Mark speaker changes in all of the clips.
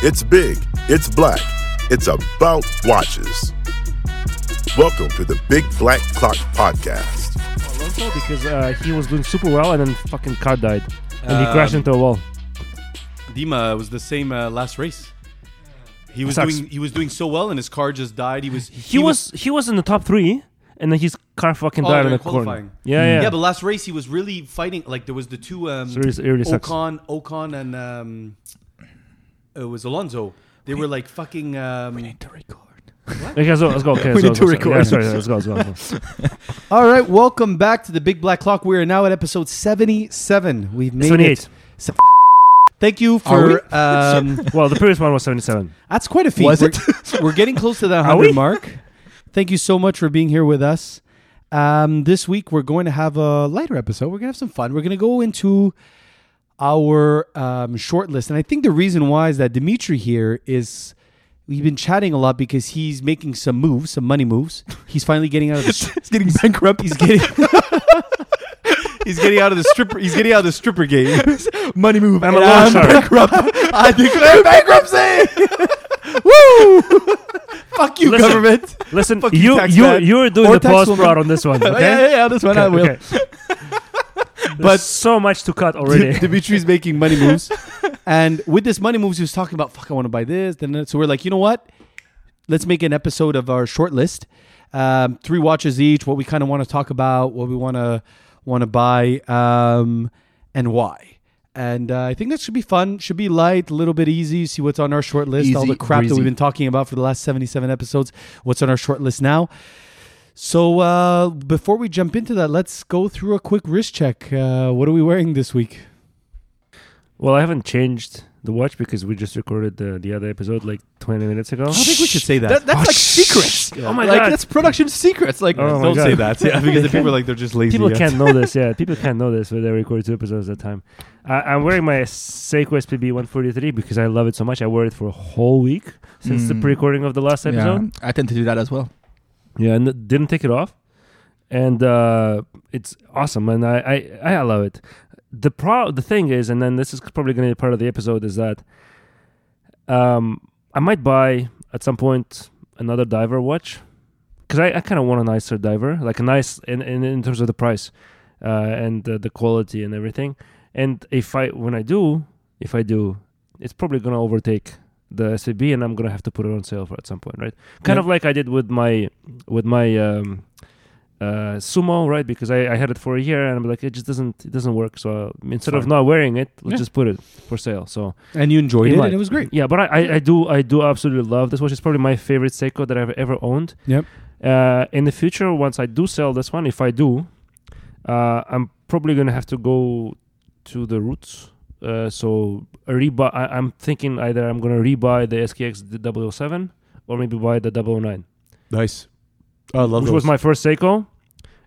Speaker 1: It's big, it's black, it's about watches. Welcome to the Big Black Clock Podcast.
Speaker 2: Alonso because uh, he was doing super well and then fucking car died and Um, he crashed into a wall.
Speaker 3: Dima was the same uh, last race. He was
Speaker 2: Sucks.
Speaker 3: doing he was doing so well, and his car just died. He was
Speaker 2: He, was, he was in the top three and then his car fucking
Speaker 3: Oh,
Speaker 2: died in
Speaker 3: during
Speaker 2: the corner. Mm.
Speaker 3: qualifying.
Speaker 2: Yeah,
Speaker 3: yeah.
Speaker 2: yeah.
Speaker 3: but last race he was really fighting. Like there was the two um,
Speaker 2: So it really- it really sucks.
Speaker 3: Ocon, Ocon, and um, uh, it was Alonso. They were like fucking. Um,
Speaker 4: to record.
Speaker 2: Okay, so, let's go. Okay,
Speaker 4: We
Speaker 2: so,
Speaker 4: need
Speaker 2: so,
Speaker 4: to
Speaker 2: so- yeah,
Speaker 4: record.
Speaker 2: sorry, let's go. Let's go. Let's go.
Speaker 3: all right, welcome
Speaker 5: back to the Big Black Clock. We are now at episode 77. We've made
Speaker 2: 78.
Speaker 5: it. Se- Thank you
Speaker 4: Are we?
Speaker 5: for. Um,
Speaker 2: well, the previous one was 77.
Speaker 5: that's quite a feat.
Speaker 4: Was
Speaker 5: we're, we're getting close to that
Speaker 2: Are we?
Speaker 5: 100 mark. Thank you so much for being here with us. Um, this week, we're going to have a lighter episode. We're going to have some fun. We're going to go into our um, short list. And I think the reason why is that Dimitri here is. We've been chatting a lot because he's making some moves, some money moves. He's finally getting out of the
Speaker 4: It's getting bankrupt.
Speaker 5: he's getting
Speaker 3: He's getting out of the stripper. He's getting out of the stripper game.
Speaker 4: Money move.
Speaker 2: I'm a loan shark.
Speaker 4: I declare bankruptcy. Woo! Fuck you,
Speaker 2: Listen.
Speaker 4: government.
Speaker 2: Listen,
Speaker 4: Fucking
Speaker 2: you,
Speaker 4: tax
Speaker 2: you,
Speaker 4: man.
Speaker 2: you're doing
Speaker 4: Or
Speaker 2: the
Speaker 4: tax
Speaker 2: pause
Speaker 4: woman.
Speaker 2: fraud on this one. Okay?
Speaker 4: Yeah, yeah, yeah. This one I will.
Speaker 2: Okay. but so much to cut already.
Speaker 5: Dimitri's making money moves. and with this money moves, he was talking about, fuck, I want to buy this. Then that." So we're like, you know what? Let's make an episode of our short list. Um, three watches each, what we kind of want to talk about, what we want to want to buy, um, and why. And uh, I think that should be fun. Should be light, a little bit easy. See what's on our short list. all
Speaker 4: Easy,
Speaker 5: the crap that
Speaker 4: breezy.
Speaker 5: we've been talking about for the last seventy-seven episodes. What's on our short list now? So uh, before we jump into that, let's go through a quick wrist check. Uh, what are we wearing this week?
Speaker 2: well, I haven't changed the watch because we just recorded the, the other episode like 20 minutes ago.
Speaker 5: I don't think we should say that.
Speaker 4: That, that's like secrets.
Speaker 2: Oh my
Speaker 4: like
Speaker 2: God.
Speaker 4: that's production secrets. Like
Speaker 2: Oh my
Speaker 4: don't
Speaker 2: God.
Speaker 4: say that. Yeah, because the people are like they're just lazy.
Speaker 2: People
Speaker 4: yeah.
Speaker 2: can't know this. Yeah, people can't know this. But they record two episodes at a time. I, I'm wearing my Seiko SPB 143 because I love it so much. I wore it for a whole week since the
Speaker 4: Mm.
Speaker 2: pre-recording of the last episode.
Speaker 4: I tend to do that as well.
Speaker 2: Yeah, and it didn't take it off, and uh, it's awesome, and I I, I love it. The pro the thing is, and then this is probably going to be part of the episode is that um, I might buy at some point another diver watch because I, I kind of want a nicer diver, like a nice in in, in terms of the price uh, and the, the quality and everything. And if I when I do, if I do, it's probably going to overtake the SVB, and I'm going to have to put it on sale for at some point, right? Kind
Speaker 4: Yeah.
Speaker 2: of like I did with my with my um, uh, sumo, right? Because I, I had it for a year, and I'm like, it just doesn't it doesn't work. So uh, instead of
Speaker 4: Fine.
Speaker 2: not wearing it, let's
Speaker 4: Yeah.
Speaker 2: just put it for sale. So
Speaker 5: And you enjoyed
Speaker 2: You
Speaker 5: it,
Speaker 2: might.
Speaker 5: and it was great.
Speaker 2: yeah, but I, I, I do I do absolutely love this watch. It's probably my favorite Seiko that I've ever owned.
Speaker 5: Yep.
Speaker 2: Uh, in the future, once I do sell this one, if I do, uh, I'm probably gonna have to go to the roots. Uh, so a rebuy. I, I'm thinking either I'm gonna rebuy the SKX 007 or maybe buy the 009,
Speaker 5: Nice. I love
Speaker 2: which was my first Seiko,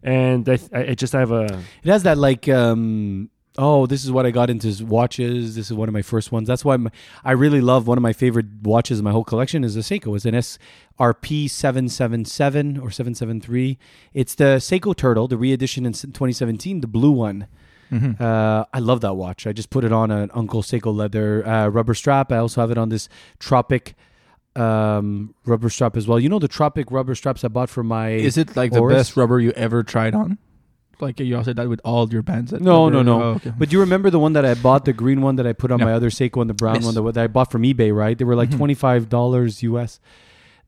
Speaker 2: and I, I I just have a
Speaker 5: It has that like, um, oh, this is what I got into is watches. This is one of my first ones. That's why my, I really love one of my favorite watches in my whole collection is a Seiko. It's an SRP seven seven seven or seven seven three. It's the Seiko Turtle, the re-edition in twenty seventeen, the blue one. Uh, I love that watch. I just put it on an Uncle Seiko leather uh, rubber strap. I also have it on this Tropic um, rubber strap as well. You know the Tropic rubber straps I bought for my.
Speaker 4: Is it like
Speaker 5: Oris?
Speaker 4: the best rubber you ever tried on? Like you all said that with all your bands. that
Speaker 5: No,
Speaker 4: rubber-
Speaker 5: no, no.
Speaker 4: Oh, okay.
Speaker 5: But do you remember the one that I bought, the green one that I put on
Speaker 4: Yeah.
Speaker 5: my other Seiko and the brown
Speaker 4: Yes.
Speaker 5: one that, that I bought from eBay, right? They were like
Speaker 4: Mhm.
Speaker 5: $25 US.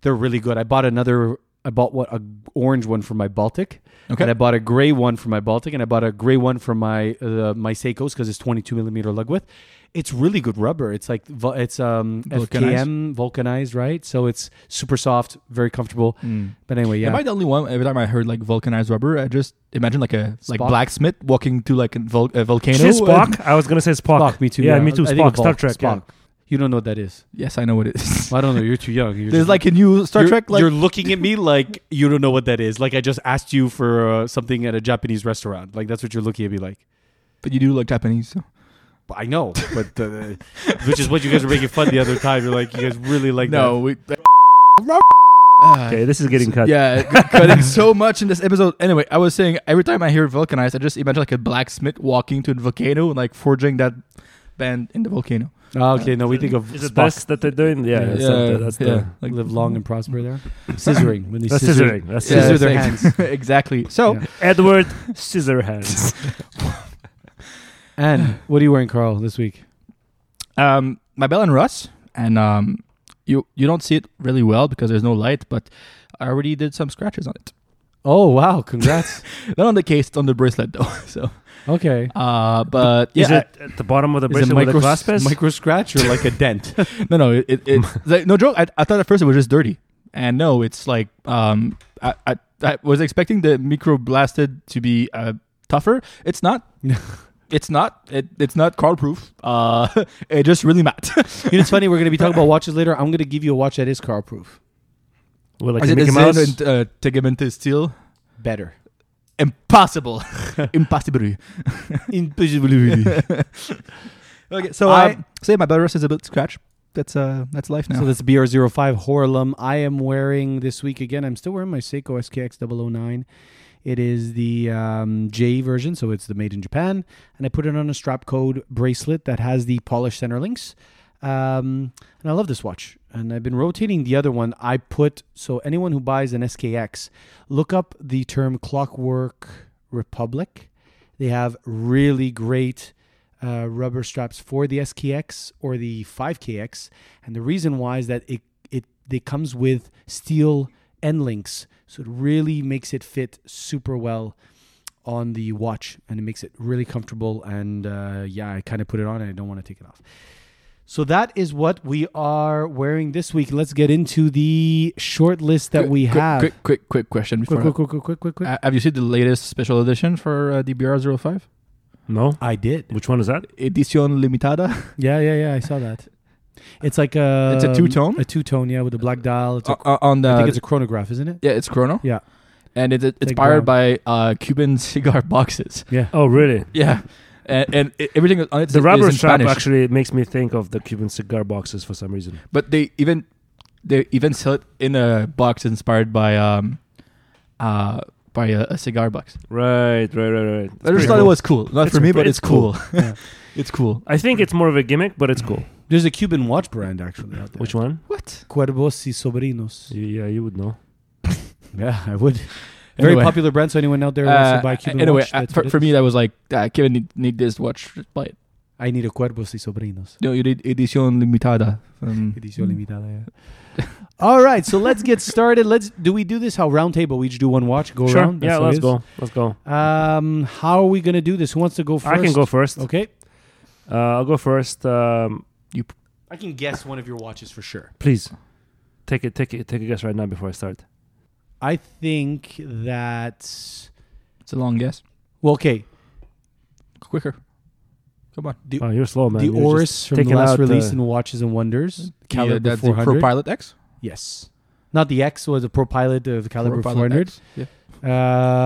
Speaker 5: They're really good. I bought another, I bought what, a orange one for my Baltic.
Speaker 4: Okay.
Speaker 5: And I bought a gray one for my Baltic and I bought a gray one for my uh, my Seikos because it's 22 millimeter lug width. It's really good rubber. It's like, vo- it's um,
Speaker 4: Vulcanized.
Speaker 5: FKM vulcanized, right? So it's super soft, very comfortable.
Speaker 4: Mm.
Speaker 5: But anyway, yeah.
Speaker 4: Am I the only one? Every time I heard like vulcanized rubber, I just imagine like a like
Speaker 5: Spock?
Speaker 4: blacksmith walking to like a, vul- a volcano.
Speaker 2: Is it
Speaker 4: and-
Speaker 2: Spock. I was gonna say Spock.
Speaker 5: Spock, me too.
Speaker 2: Yeah, me too.
Speaker 5: I think
Speaker 2: Spock,
Speaker 5: Spock,
Speaker 2: Star Trek. yeah.
Speaker 5: Spock. You don't know what that is.
Speaker 4: yes, I know what it is.
Speaker 5: I don't know. You're too young. You're
Speaker 4: There's
Speaker 5: just-
Speaker 4: like a new Star
Speaker 5: you're,
Speaker 4: Trek. Like
Speaker 5: you're looking at me like you don't know what that is. Like I just asked you for uh, something at a Japanese restaurant. Like that's what you're looking at me like.
Speaker 4: but you do look Japanese. So.
Speaker 5: I know, but uh, which is what you guys were making fun the other time. You're like, you guys really like
Speaker 4: no, we. Ah,
Speaker 2: Okay, this is getting cut.
Speaker 4: Yeah, c- cutting so much in this episode. Anyway, I was saying every time I hear vulcanized, I just imagine like a blacksmith walking to a volcano and like forging that band in the volcano.
Speaker 5: Ah, okay, no, we think of
Speaker 2: Is it
Speaker 5: Spock.
Speaker 2: this that they're doing? Yeah, that's, the- that's the
Speaker 5: Like live long and prosper there. Scissoring when they
Speaker 2: that's
Speaker 5: scissor,
Speaker 2: scissoring. That's
Speaker 5: scissor
Speaker 2: scissoring.
Speaker 5: their
Speaker 4: Yeah,
Speaker 5: hands.
Speaker 4: exactly. So
Speaker 5: Yeah.
Speaker 2: Edward Scissorhands.
Speaker 5: And what are you wearing, Carl, this week?
Speaker 4: um, my Bell and Russ, and um, you you don't see it really well because there's no light, but I already did some scratches on it.
Speaker 5: Oh wow, congrats.
Speaker 4: Not on the case, it's on the bracelet though. So,
Speaker 5: okay.
Speaker 4: uh, but yeah,
Speaker 2: Is
Speaker 4: I-
Speaker 2: it at the bottom of the
Speaker 5: Is it
Speaker 2: bracelet with a
Speaker 5: micro,
Speaker 2: glass piece?
Speaker 5: micro scratch or like a dent?
Speaker 4: no, no, it, it, it's like, no joke. I, I thought at first it was just dirty, and no, it's like um, I, I, I was expecting the micro blasted to be uh, tougher. It's not. it's not. It, it's not card proof. Uh, it just really matte.
Speaker 5: You know, it's funny. We're going to be talking about watches later. I'm going to give you a watch that is Carl proof.
Speaker 2: With like
Speaker 4: Is
Speaker 2: a
Speaker 4: it
Speaker 2: Mickey
Speaker 4: the
Speaker 2: Mouse?
Speaker 4: same in, uh, tegamente steel?
Speaker 5: Better.
Speaker 4: Impossible. Impossible.
Speaker 5: Impossible.
Speaker 4: Okay, so
Speaker 5: I-
Speaker 4: I say my butterus is a bit scratch. That's uh, that's life now.
Speaker 5: um, So that's BR05 Horlum. I am wearing this week again. I'm still wearing my Seiko SKX 009. It is the um, J version, so it's the made in Japan. And I put it on a strap code bracelet that has the polished center links. Um, and I love this watch. And I've been rotating the other one. I put, so anyone who buys an SKX, look up the term Clockwork Republic. They have really great uh, rubber straps for the SKX or the 5KX, and the reason why is that it it they comes with steel end links, so it really makes it fit super well on the watch, and it makes it really comfortable. And uh, yeah, I kind of put it on, and I don't want to take it off. So that is what we are wearing this week. Let's get into the short list that
Speaker 4: Quick-
Speaker 5: we
Speaker 4: quick,
Speaker 5: have.
Speaker 4: Quick, quick, quick question. Before
Speaker 5: quick, quick, quick, quick, quick, quick.
Speaker 4: Uh, have you seen the latest special edition for uh, DBR05?
Speaker 2: No.
Speaker 5: I did.
Speaker 2: Which one is that?
Speaker 4: Edition limitada.
Speaker 5: Yeah, yeah, yeah. I saw that. It's like a
Speaker 4: It's a two-tone?
Speaker 5: A two tone, yeah, with a black dial. It's a,
Speaker 4: Uh, on the
Speaker 5: I think it's a chronograph, isn't it?
Speaker 4: yeah, it's Chrono.
Speaker 5: Yeah.
Speaker 4: and it, it, it's
Speaker 5: Like
Speaker 4: powered by uh, Cuban cigar boxes.
Speaker 5: Yeah.
Speaker 2: Oh, really?
Speaker 4: Yeah, and, and it- everything on it
Speaker 2: The
Speaker 4: is-
Speaker 2: rubber
Speaker 4: is in
Speaker 2: strap
Speaker 4: Spanish.
Speaker 2: actually makes me think of the Cuban cigar boxes for some reason.
Speaker 4: But they even they even sell it in a box inspired by um uh by a, a cigar box.
Speaker 2: Right, right, right, right.
Speaker 4: I just thought it was cool. Not
Speaker 2: It's
Speaker 4: for me,
Speaker 2: pre-
Speaker 4: but
Speaker 2: it's
Speaker 4: it's
Speaker 2: cool.
Speaker 4: cool.
Speaker 5: Yeah.
Speaker 4: it's cool.
Speaker 2: I think it's more of a gimmick, but it's cool.
Speaker 5: There's a Cuban watch brand actually out there.
Speaker 2: Which one?
Speaker 4: What?
Speaker 5: Cuervos y Sobrinos.
Speaker 2: Yeah, you would know.
Speaker 5: Yeah, I would. Very
Speaker 4: Anyway.
Speaker 5: popular brand. So anyone out there who wants
Speaker 4: Uh,
Speaker 5: to buy a Cuban
Speaker 4: anyway,
Speaker 5: watch?
Speaker 4: uh,
Speaker 5: that's what
Speaker 4: for,
Speaker 5: it
Speaker 4: for
Speaker 5: is.
Speaker 4: me, that was like, uh, Kevin need, need this watch. Just Buy it.
Speaker 5: I need a Cuervos y Sobrinos.
Speaker 4: No, you need edition limitada. Um,
Speaker 2: Mm.
Speaker 5: Edición limitada. yeah. All right, so let's get started. Let's do we do this how round table? We each do one watch, go
Speaker 2: sure.
Speaker 5: around.
Speaker 2: yeah,
Speaker 5: That's how it
Speaker 2: let's
Speaker 5: is?
Speaker 2: go. Let's go.
Speaker 5: Um, how are we gonna do this? Who wants to go
Speaker 2: I
Speaker 5: first?
Speaker 2: can go first.
Speaker 5: Okay,
Speaker 2: Uh, I'll go first. Um,
Speaker 3: I can guess one of your watches for sure.
Speaker 2: please take it. Take it. Take a guess right now before I start.
Speaker 5: I think that.
Speaker 4: it's a long guess.
Speaker 5: Well, okay,
Speaker 4: Quicker. Come on.
Speaker 5: the
Speaker 2: Wow, Oh, you're slow, man.
Speaker 5: the
Speaker 2: You're just-
Speaker 5: Oris from the
Speaker 2: taking
Speaker 5: last
Speaker 2: out
Speaker 5: release
Speaker 2: the-
Speaker 5: in Watches and Wonders, Caliber
Speaker 4: that's the
Speaker 5: 400.
Speaker 4: Pro Pilot X.
Speaker 5: Yes. Not the X was a Pro Pilot of the Caliber
Speaker 4: Pro Pilot
Speaker 5: 400.
Speaker 4: X. Yeah.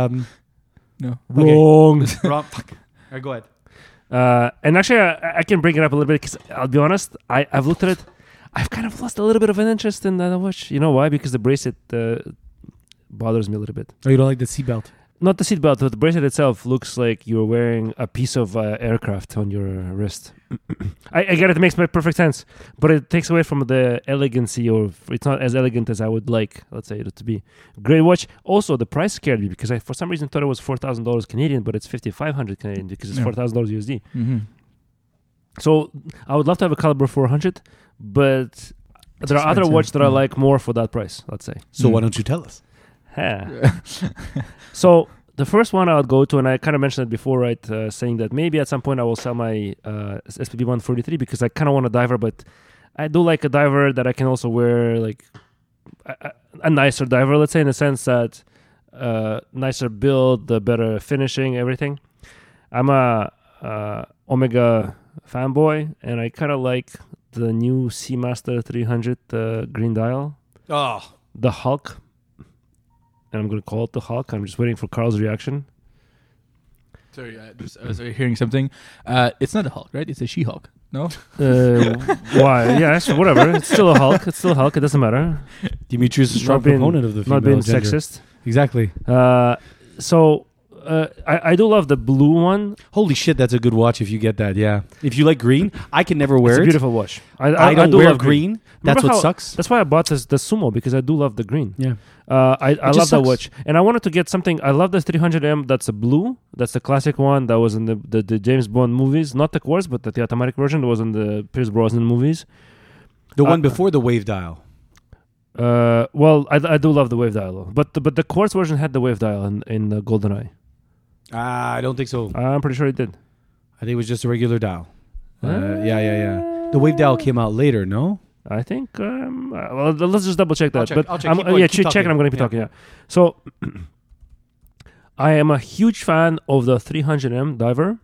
Speaker 5: Um,
Speaker 4: No.
Speaker 5: Okay.
Speaker 2: wrong.
Speaker 3: Wrong. Fuck. All right, go ahead.
Speaker 2: Uh, and actually, I, I can bring it up a little bit because I'll be honest, I, I've looked at it. I've kind of lost a little bit of an interest in that watch. You know why? Because the bracelet uh, bothers me a little bit.
Speaker 5: oh, you don't like the seatbelt?
Speaker 2: Not the seatbelt, but the bracelet itself looks like you're wearing a piece of uh, aircraft on your wrist. I, I get it, it makes my perfect sense, but it takes away from the elegancy, or it's not as elegant as I would like, let's say, it to be. Great watch. Also, the price scared me because I, for some reason, thought it was $4,000 Canadian, but it's 5500 Canadian because it's
Speaker 4: Yeah.
Speaker 2: $4,000 USD.
Speaker 4: Mm-hmm.
Speaker 2: So I would love to have a Caliber 400, but there are other
Speaker 4: expensive.
Speaker 2: watches that I
Speaker 4: Mm.
Speaker 2: like more for that price, let's say.
Speaker 5: So
Speaker 4: Mm.
Speaker 5: why don't you tell us?
Speaker 2: Huh. so the first one I would go to, and I kind of mentioned it before, right? Uh, saying that maybe at some point I will sell my uh, SPB 143 because I kind of want a diver, but I do like a diver that I can also wear like a, a- a nicer diver, let's say, in the sense that uh, nicer build, the better finishing, everything. I'm a uh, Omega fanboy, and I kind of like the new Seamaster 300 uh, green dial
Speaker 3: Oh,
Speaker 2: the Hulk, and I'm gonna call it the Hulk. I'm just waiting for Carl's reaction.
Speaker 4: Sorry, I, just, I was hearing something. Uh, it's not a Hulk, right? It's a She Hulk. No?
Speaker 2: Uh, why? Yeah, sure, whatever. It's still a Hulk. It's still a Hulk. It doesn't matter.
Speaker 5: Dimitri's a strong
Speaker 2: Not being-
Speaker 5: proponent of the female
Speaker 2: Not being
Speaker 5: gender.
Speaker 2: sexist.
Speaker 5: Exactly.
Speaker 2: Uh, so uh, uh, I, I do love the blue one.
Speaker 5: Holy shit, that's a good watch if you get that. Yeah. If you like green, I can never wear
Speaker 2: It's a
Speaker 5: it.
Speaker 2: beautiful watch. I,
Speaker 5: I don't
Speaker 2: do
Speaker 5: wear
Speaker 2: love
Speaker 5: green. That's
Speaker 2: Remember
Speaker 5: what
Speaker 2: how-
Speaker 5: sucks.
Speaker 2: That's why I bought this the Sumo because I do love the green.
Speaker 5: yeah.
Speaker 2: Uh, I, I
Speaker 5: just
Speaker 2: love that
Speaker 5: sucks.
Speaker 2: watch, and I wanted to get something. I love the 300M. That's a blue. That's the classic one that was in the, the, the James Bond movies, not the quartz, but the, the automatic version that was in the Pierce Brosnan movies.
Speaker 5: The
Speaker 2: Uh,
Speaker 5: one before the wave dial.
Speaker 2: Uh, well, I, I do love the wave dial, but the, but the quartz version had the wave dial in in the GoldenEye.
Speaker 5: Ah, I don't think so.
Speaker 2: I'm pretty sure it did.
Speaker 5: I think it was just a regular dial. Uh, yeah, yeah, yeah. The wave dial came out later, no?
Speaker 2: I think. Um, uh, well, let's just double check that.
Speaker 5: check-
Speaker 2: but
Speaker 5: I'll check.
Speaker 2: I'm,
Speaker 5: Keep
Speaker 2: uh,
Speaker 5: going,
Speaker 2: yeah,
Speaker 5: keep
Speaker 2: check it.
Speaker 5: talking.
Speaker 2: I'm going to be
Speaker 5: Yeah.
Speaker 2: talking. Yeah. So, I am a huge fan of the 300M diver.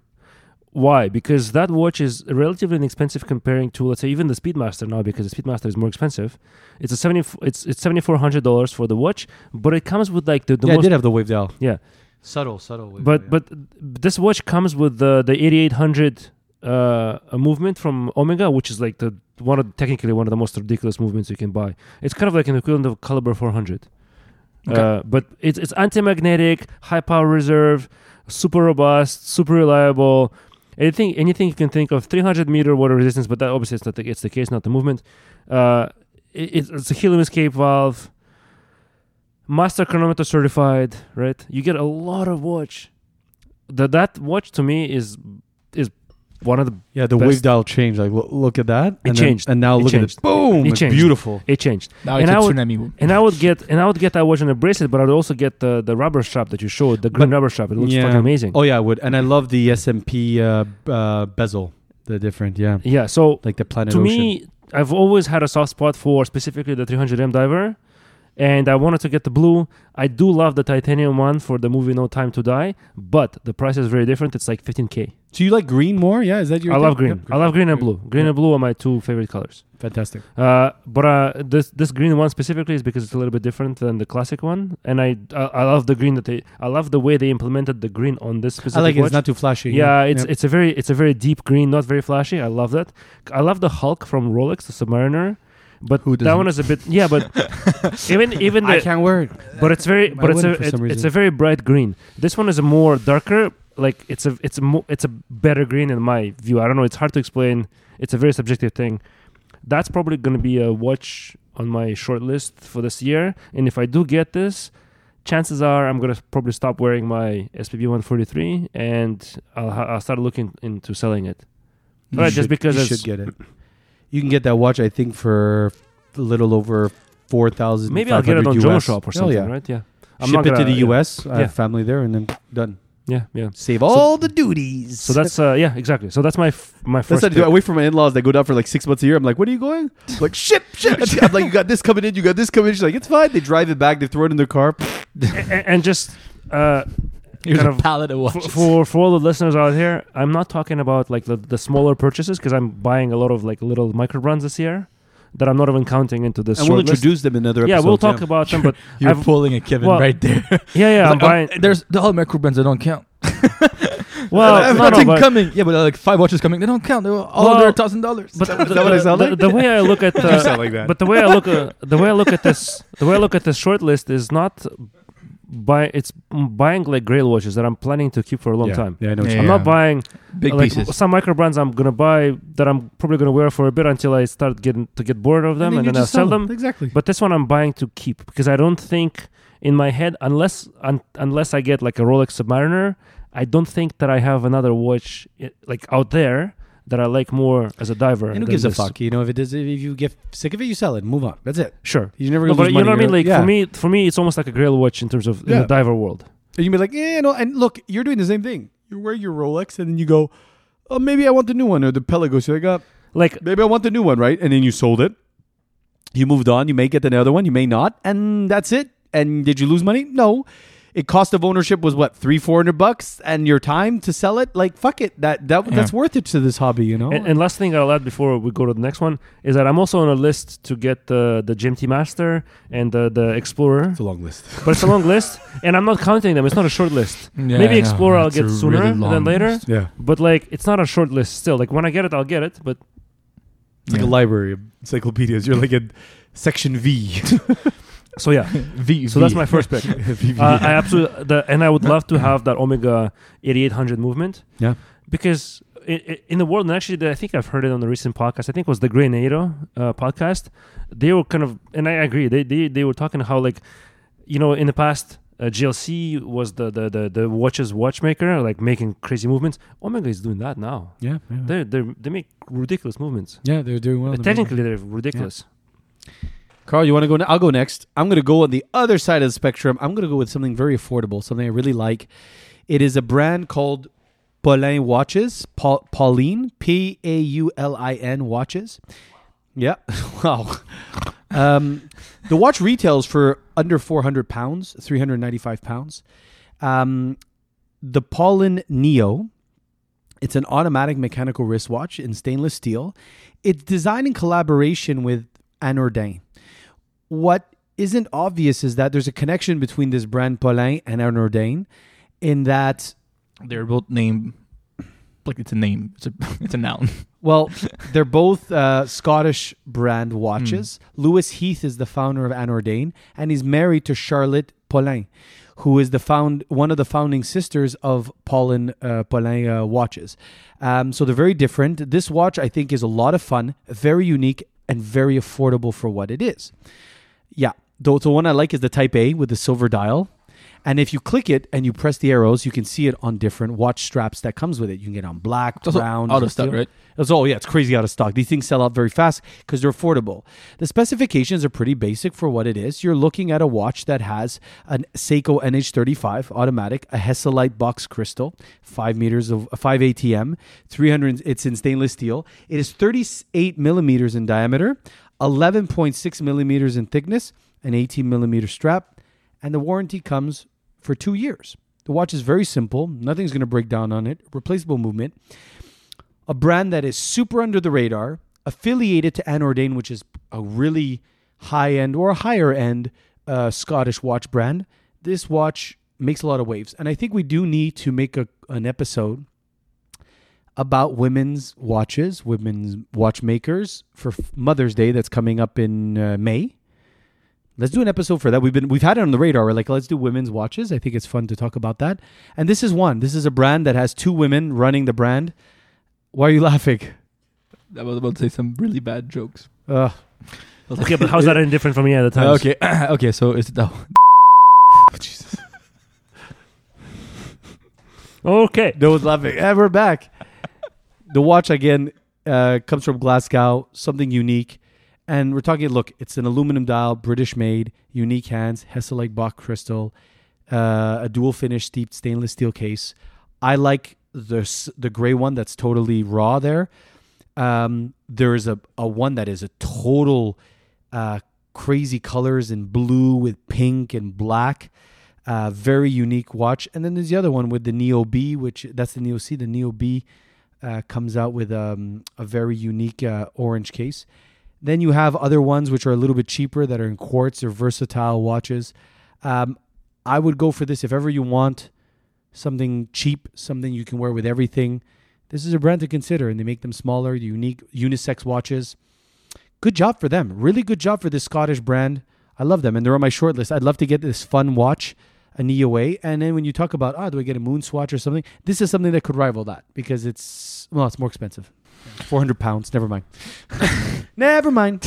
Speaker 2: Why? Because that watch is relatively inexpensive comparing to, let's say, even the Speedmaster now, because the Speedmaster is more expensive. It's a seventy. f- It's it's seventy four hundred dollars for the watch, but it comes with like the, the
Speaker 5: yeah, I
Speaker 2: most
Speaker 5: did have the wave dial.
Speaker 2: yeah.
Speaker 5: Subtle, subtle wave
Speaker 2: But but this watch comes with the the 8800 uh, a movement from Omega, which is like the one of technically one of the most ridiculous movements you can buy. It's kind of like an equivalent of Caliber 400. Uh, but it's it's anti-magnetic, high power reserve, super robust, super reliable. Anything anything you can think of, 300 meter water resistance, but that obviously it's not the, it's the case, not the movement. Uh, it, it's- it's a helium escape valve, master chronometer certified, right? You get a lot of watch. That that watch to me is is one of the
Speaker 5: yeah, the
Speaker 2: best-
Speaker 5: wave dial changed. Like, lo- look at that.
Speaker 2: It
Speaker 5: and
Speaker 2: changed.
Speaker 5: Then, and now
Speaker 2: It
Speaker 5: look
Speaker 2: changed.
Speaker 5: at it. Boom.
Speaker 2: It
Speaker 5: it's
Speaker 2: changed.
Speaker 5: beautiful.
Speaker 2: it changed.
Speaker 4: Now
Speaker 2: and
Speaker 4: it's a
Speaker 2: I would-
Speaker 4: tsunami move.
Speaker 2: And I would get and I would get that watch on a bracelet, but I'd also get the, the rubber strap that you showed, the green
Speaker 5: But-
Speaker 2: rubber strap. It looks fucking amazing.
Speaker 5: Oh, yeah, I would. And I love the SMP uh, b- uh, bezel. The different, yeah.
Speaker 2: yeah. So
Speaker 5: Like the planet
Speaker 2: to
Speaker 5: ocean.
Speaker 2: me, I've always had a soft spot for specifically the 300M diver, and I wanted to get the blue. I do love the titanium one for the movie No Time to Die, but the price is very different. It's like 15k.
Speaker 5: Do you like green more? Yeah, is that your?
Speaker 2: I love
Speaker 5: thing?
Speaker 2: green. I love green and blue. Green and blue are my two favorite colors.
Speaker 5: Fantastic.
Speaker 2: Uh, but uh, this this green one specifically is because it's a little bit different than the classic one, and I I, I love the green that they I love the way they implemented the green on this specific.
Speaker 5: I like it.
Speaker 2: watch.
Speaker 5: It's not too flashy.
Speaker 2: Yeah, it's it's a very it's a very deep green, not very flashy. I love that. I love the Hulk from Rolex, the Submariner, but
Speaker 4: Who
Speaker 2: that one is a bit yeah. But even even
Speaker 5: I
Speaker 2: the
Speaker 5: can't wear it.
Speaker 2: but it's very
Speaker 5: I
Speaker 2: but it's a
Speaker 5: wouldn't for
Speaker 2: it-
Speaker 5: some
Speaker 2: it's
Speaker 5: reason.
Speaker 2: a very bright green. This one is a more darker. Like it's a it's a mo- it's a better green in my view. I don't know. It's hard to explain. It's a very subjective thing. That's probably going to be a watch on my short list for this year. And if I do get this, chances are I'm going to probably stop wearing my SPB 143 and I'll, ha- I'll start looking into selling it.
Speaker 5: You
Speaker 2: Right, just
Speaker 5: should-
Speaker 2: because
Speaker 5: you
Speaker 2: it's-
Speaker 5: should get it. You can get that watch, I think, for a little over four thousand.
Speaker 2: Maybe I'll get it on
Speaker 5: US.
Speaker 2: Shop or something,
Speaker 5: Oh, yeah.
Speaker 2: right? Yeah.
Speaker 5: Ship it to
Speaker 2: gonna-
Speaker 5: the U.S. I
Speaker 2: Yeah.
Speaker 5: have family there, and then done.
Speaker 2: Yeah, yeah.
Speaker 5: Save all the duties.
Speaker 2: So that's uh, yeah, exactly. So that's my f- my first.
Speaker 5: That's not,
Speaker 2: pick.
Speaker 5: I wait for my in-laws that go down for like six months a year. I'm like, "What are you going?" like, ship, ship. I'm like, "You got this coming in, you got this coming in." She's like, "It's fine." They drive it back. They throw it in their car.
Speaker 2: and, and just uh,
Speaker 4: Here's
Speaker 2: kind
Speaker 4: a
Speaker 2: of
Speaker 4: palette of
Speaker 2: for,
Speaker 4: watches.
Speaker 2: for for all the listeners out here, I'm not talking about like the, the smaller purchases because I'm buying a lot of like little micro brands this year that I'm not even counting into this.
Speaker 5: And we'll
Speaker 2: short list.
Speaker 5: introduce them in another.
Speaker 2: Yeah,
Speaker 5: episode.
Speaker 2: we'll talk about them, but
Speaker 4: You're
Speaker 2: I've-
Speaker 4: pulling a Kevin
Speaker 2: well,
Speaker 4: right there.
Speaker 2: yeah, yeah, I'm
Speaker 4: Like,
Speaker 2: buying.
Speaker 4: oh, there's the whole micro brands that don't count.
Speaker 2: well,
Speaker 4: I have
Speaker 2: no, no,
Speaker 4: nothing
Speaker 2: but-
Speaker 4: coming. Yeah, but uh, like five watches coming. They don't count. They're all
Speaker 2: Well,
Speaker 4: under a thousand dollars.
Speaker 2: But the,
Speaker 5: that what I sound
Speaker 2: the-
Speaker 5: like?
Speaker 2: the way I look at
Speaker 5: You
Speaker 2: uh,
Speaker 5: sound like that.
Speaker 2: but the way I look uh, the way I look at this the way I look at this short list is not buy it's buying like grail watches that I'm planning to keep for a long
Speaker 5: yeah.
Speaker 2: time.
Speaker 5: Yeah, I know. what
Speaker 4: Yeah.
Speaker 5: you
Speaker 2: I'm not buying
Speaker 4: Big
Speaker 2: like
Speaker 4: pieces.
Speaker 2: some micro brands I'm gonna buy that I'm probably gonna wear for a bit until I start getting to get bored of them and, then I'll sell them.
Speaker 5: Exactly.
Speaker 2: But this one I'm buying to keep because I don't think in my head unless un, unless I get like a Rolex Submariner, I don't think that I have another watch eh, like out there that I like more as a diver.
Speaker 5: And who
Speaker 2: than
Speaker 5: gives a
Speaker 2: this.
Speaker 5: fuck? You know, if it does, if you get sick of it, you sell it. Move on. That's it.
Speaker 2: Sure.
Speaker 5: You're never
Speaker 2: No,
Speaker 5: gonna
Speaker 2: but
Speaker 5: lose
Speaker 2: you know what I
Speaker 5: money,
Speaker 2: mean? Like
Speaker 5: you know?
Speaker 2: for me, for me, it's almost like a Grail watch in terms of in
Speaker 5: Yeah.
Speaker 2: the diver world.
Speaker 5: And you be like, yeah, no. And look, you're doing the same thing. You wear your Rolex, and then you go, oh, maybe I want the new one or the Pelagos. You're like, uh,
Speaker 2: Like
Speaker 5: maybe I want the new one, right? And then you sold it. You moved on. You may get another one. You may not, and that's it. And did you lose money? No. It cost of ownership was what three, four hundred bucks, and your time to sell it. Like fuck it, that that
Speaker 4: Yeah.
Speaker 5: that's worth it to this hobby, you know.
Speaker 2: And, and last thing I'll add before we go to the next one is that I'm also on a list to get the the GMT Master and the, the Explorer,
Speaker 5: it's a long list.
Speaker 2: but it's a long list, and I'm not counting them. It's not a short list.
Speaker 4: Yeah, I
Speaker 2: Maybe
Speaker 4: know.
Speaker 2: Explorer I'll
Speaker 4: It's
Speaker 2: get
Speaker 4: a
Speaker 2: sooner
Speaker 4: really long
Speaker 2: than later,
Speaker 4: list.
Speaker 5: Yeah,
Speaker 2: but like it's not a short list still. Like when I get it, I'll get it. But
Speaker 5: it's like a library of encyclopedias. You're like in section V.
Speaker 2: So yeah,
Speaker 4: V.
Speaker 2: so that's my first pick. Uh, I absolutely the, and I would love to have that Omega 8800 movement.
Speaker 5: Yeah.
Speaker 2: because i i in the world, and actually, the- I think I've heard it on the recent podcast. I think it was the Grenado uh, podcast. They were kind of, and I agree. They they they were talking how like, you know, in the past. Uh, GLC was the, the the the watches watchmaker, like making crazy movements. Omega is doing that now.
Speaker 5: Yeah, yeah. They're,
Speaker 2: They they they make ridiculous movements. Uh,
Speaker 5: yeah, they're doing well. in the
Speaker 2: Technically, they're ridiculous.
Speaker 5: Carl, you want to go? Ne- I'll go next. I'm going to go on the other side of the spectrum. I'm going to go with something very affordable, something I really like. It is a brand called Paulin Watches. Paul- Pauline, P A U L I N Watches. Yeah. wow. Um, the watch retails for under 400 pounds, 395 pounds. Um, the Paulin Neo. It's an automatic mechanical wristwatch in stainless steel. It's designed in collaboration with Anordain what isn't obvious is that there's a connection between this brand Paulin and Anordain in that
Speaker 4: They're both named like it's a name. It's a it's a noun.
Speaker 5: well they're both uh, Scottish brand watches.
Speaker 4: Hmm.
Speaker 5: Lewis Heath is the founder of Anordain and he's married to Charlotte Paulin who is the found one of the founding sisters of Paulin uh, Paulin uh, watches. Um, so they're very different. This watch I think is a lot of fun, very unique and very affordable for what it is. Yeah. The, the one I like is the Type A with the silver dial. And if you click it and you press the arrows, you can see it on different watch straps that comes with it. You can get on black,
Speaker 4: also
Speaker 5: brown,
Speaker 4: out of stock,
Speaker 5: steel.
Speaker 4: right?
Speaker 5: It's all yeah, it's crazy out of stock. These things sell out very fast because they're affordable. The specifications are pretty basic for what it is. You're looking at a watch that has an Seiko NH35 automatic, a Hesselite box crystal, five meters of uh, five ATM, 300. It's in stainless steel. It is 38 millimeters in diameter, 11.6 millimeters in thickness, an 18 millimeter strap, and the warranty comes for two years. The watch is very simple. Nothing's going to break down on it. Replaceable movement a brand that is super under the radar, affiliated to Anordain, which is a really high end or higher end uh, Scottish watch brand. This watch makes a lot of waves. And I think we do need to make a, an episode about women's watches, women's watchmakers for F- Mother's Day that's coming up in uh, May. Let's do an episode for that. We've been we've had it on the radar. We're like, let's do women's watches. I think it's fun to talk about that. And this is one. This is a brand that has two women running the brand. Why are you laughing?
Speaker 4: I was about to say some really bad jokes.
Speaker 5: Uh,
Speaker 2: Okay, but how's that any different from yeah the times?
Speaker 4: okay, okay. So oh. it's that one. Jesus.
Speaker 2: okay.
Speaker 5: no one's laughing. And we're back. The watch again uh, comes from Glasgow, something unique. And we're talking, look, it's an aluminum dial, British made, unique hands, Hesselite Bach crystal, uh, a dual finish steeped stainless steel case. I like the, s- the gray one that's totally raw there. Um, there is a, a one that is a total uh, crazy colors in blue with pink and black. Uh, very unique watch. And then there's the other one with the Neo B, which that's the Neo C. The Neo B uh, comes out with um, a very unique uh, orange case. Then you have other ones which are a little bit cheaper that are in quartz or versatile watches. Um, I would go for this if ever you want something cheap, something you can wear with everything. This is a brand to consider, and they make them smaller, unique, unisex watches. Good job for them. Really good job for this Scottish brand. I love them, and they're on my short list. I'd love to get this fun watch, an EOA, and then when you talk about, oh, do I get a moon swatch or something? This is something that could rival that because it's well, it's more expensive. Four hundred pounds. Never mind. Never mind.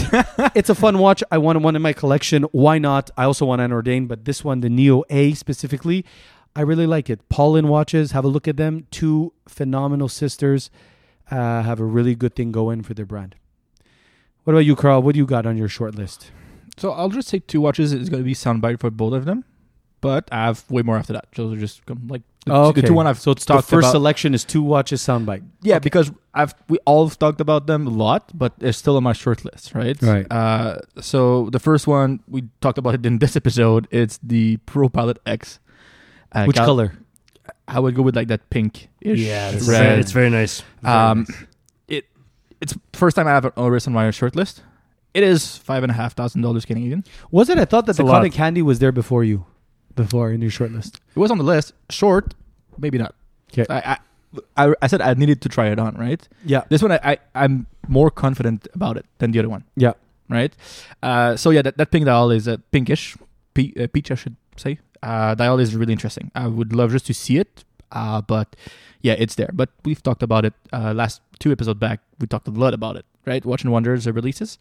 Speaker 5: it's a fun watch. I want one in my collection. Why not? I also want an ordained, but this one, the Neo A specifically, I really like it. Paulin watches, have a look at them. Two phenomenal sisters uh, have a really good thing going for their brand. What about you, Carl? What do you got on your short list?
Speaker 4: So I'll just say two watches. It's gonna be soundbite for both of them, but I have way more after that. Those are just um, like the, the two one I've
Speaker 5: so it's the
Speaker 4: talked
Speaker 5: first
Speaker 4: about.
Speaker 5: selection is two watches soundbite.
Speaker 4: Yeah, because I've we all have talked about them a lot, but they're still on my short list, right?
Speaker 5: Right.
Speaker 4: Uh, so the first one we talked about it in this episode. It's the Pro Pilot X. Uh,
Speaker 5: Which
Speaker 4: gal-
Speaker 5: color?
Speaker 4: I would go with like that pink.
Speaker 5: Yeah,
Speaker 2: It's,
Speaker 5: that's
Speaker 2: very-
Speaker 4: red.
Speaker 2: it's very nice.
Speaker 4: Um, it it's first time I have an Oris on my short list. It is five and a half thousand dollars Canadian.
Speaker 5: Was it? I thought that
Speaker 2: a
Speaker 5: the
Speaker 2: lot.
Speaker 5: Cotton Candy was there before you, before in your short list.
Speaker 4: It was on the list. Short, maybe not.
Speaker 5: 'Kay.
Speaker 4: I, I I I said I needed to try it on, right?
Speaker 5: Yeah.
Speaker 4: This one I, I I'm more confident about it than the other one.
Speaker 5: Yeah.
Speaker 4: right? Uh, so yeah, that, that pink dial is uh, pinkish, P- uh, Peach, I should say. Uh, dial is really interesting. I would love just to see it, uh, but yeah, it's there. But we've talked about it uh, last two episodes back. We talked a lot about it, right? Watch and Wonders uh, releases,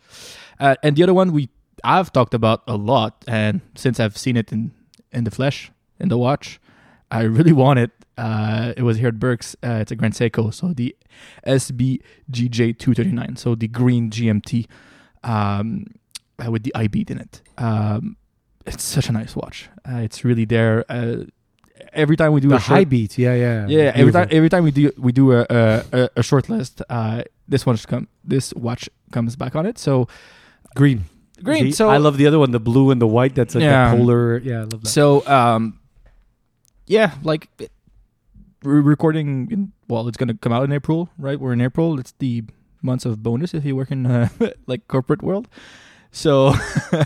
Speaker 4: uh, and the other one we I've talked about a lot, and since I've seen it in in the flesh in the watch, I really want it. Uh, it was here at Burke's. Uh, it's a Grand Seiko, so the SBGJ 239, so the green GMT um, uh, with the I beat in it. Um, it's such a nice watch. Uh, it's really there. Uh, every time we do
Speaker 5: the
Speaker 4: a short,
Speaker 5: high beat. Yeah, yeah.
Speaker 4: yeah, every
Speaker 5: Beautiful.
Speaker 4: time every time we do we do a a, a- a short list, uh, this one's come this watch comes back on it. So
Speaker 5: green.
Speaker 4: green.
Speaker 5: The-
Speaker 4: so
Speaker 5: I love the other one, the blue and the white. That's like
Speaker 4: Yeah.
Speaker 5: a polar. Yeah, I love that.
Speaker 4: So, um, yeah, like it- we're recording. In, well, it's gonna come out in April, right? We're in April. It's the months of bonus if you work in uh, like corporate world. So,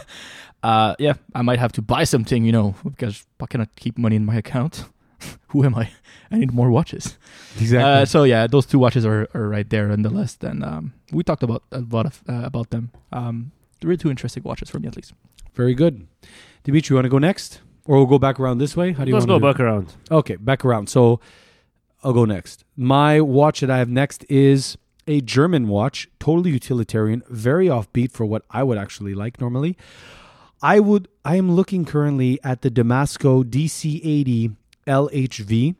Speaker 4: uh, yeah, I might have to buy something, you know, because I cannot keep money in my account. Who am I? I need more watches.
Speaker 5: exactly.
Speaker 4: Uh, so yeah, those two watches are, are right there on the list, and um, we talked about a lot of uh, about them. Um, really two interesting watches for me at least.
Speaker 5: Very good. Dimitri, you want to go next? Or we'll go back around this way? How do you
Speaker 2: Let's go
Speaker 5: want
Speaker 2: back around.
Speaker 5: Okay, back around. So I'll go next. My watch that I have next is a German watch, totally utilitarian, very offbeat for what I would actually like normally. I would I am looking currently at the Damasco DC80 LHV.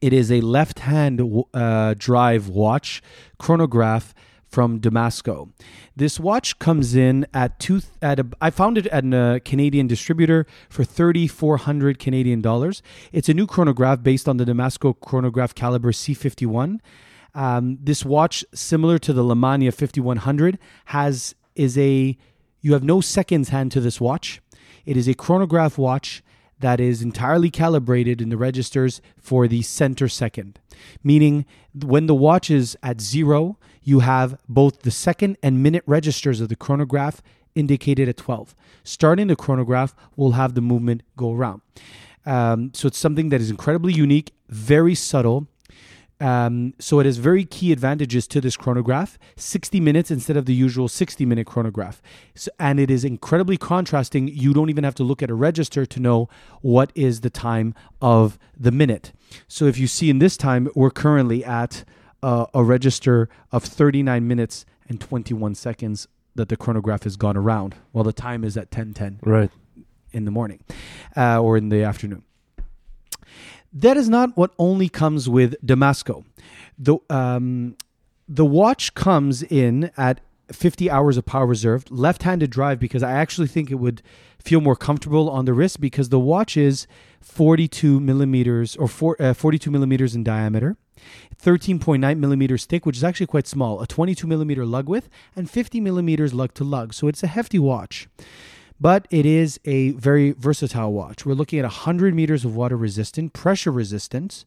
Speaker 5: It is a left-hand uh, drive watch chronograph from Damasco. This watch comes in at two at a, I found it at a Canadian distributor for 3400 Canadian dollars. It's a new chronograph based on the Damasco chronograph caliber C51. Um, this watch similar to the Lamania 5100 has is a you have no seconds hand to this watch. It is a chronograph watch that is entirely calibrated in the registers for the center second, meaning when the watch is at zero, you have both the second and minute registers of the chronograph indicated at 12. Starting the chronograph will have the movement go around. Um, so it's something that is incredibly unique, very subtle. Um, so it has very key advantages to this chronograph 60 minutes instead of the usual 60 minute chronograph. So, and it is incredibly contrasting. You don't even have to look at a register to know what is the time of the minute. So if you see in this time, we're currently at uh, a register of 39 minutes and 21 seconds that the chronograph has gone around while the time is at 1010
Speaker 2: Right.
Speaker 5: in the morning uh, or in the afternoon. That is not what only comes with Damasco. The, um, the watch comes in at 50 hours of power reserved, left handed drive, because I actually think it would feel more comfortable on the wrist because the watch is 42 millimeters or four, uh, 42 millimeters in diameter. 13.9 millimeters thick, which is actually quite small, a 22 millimeter lug width, and 50 millimeters lug to lug. So it's a hefty watch but it is a very versatile watch. We're looking at 100 meters of water resistant, pressure resistance,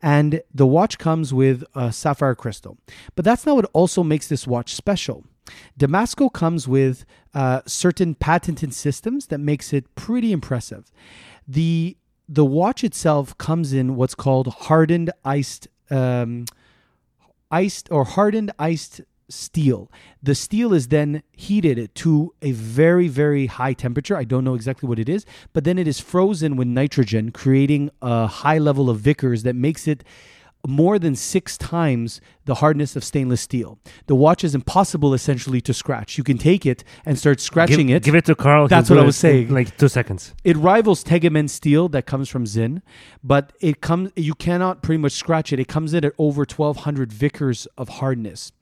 Speaker 5: and the watch comes with a sapphire crystal. But that's not what also makes this watch special. Damasco comes with uh, certain patented systems that makes it pretty impressive. The the watch itself comes in what's called hardened iced um, iced or hardened iced steel. The steel is then heated to a very, very high temperature. I don't know exactly what it is, but then it is frozen with nitrogen, creating a high level of Vickers that makes it more than six times the hardness of stainless steel. The watch is impossible essentially to scratch. You can take it and start scratching
Speaker 2: give,
Speaker 5: it.
Speaker 2: Give it to Carl.
Speaker 5: That's
Speaker 2: He'll do
Speaker 5: what I
Speaker 2: it
Speaker 5: was
Speaker 2: in,
Speaker 5: saying.
Speaker 2: Like two seconds.
Speaker 5: It rivals Tegamen steel that comes from Zinn, but it comes you cannot pretty much scratch it. It comes in at over 1200 Vickers of hardness.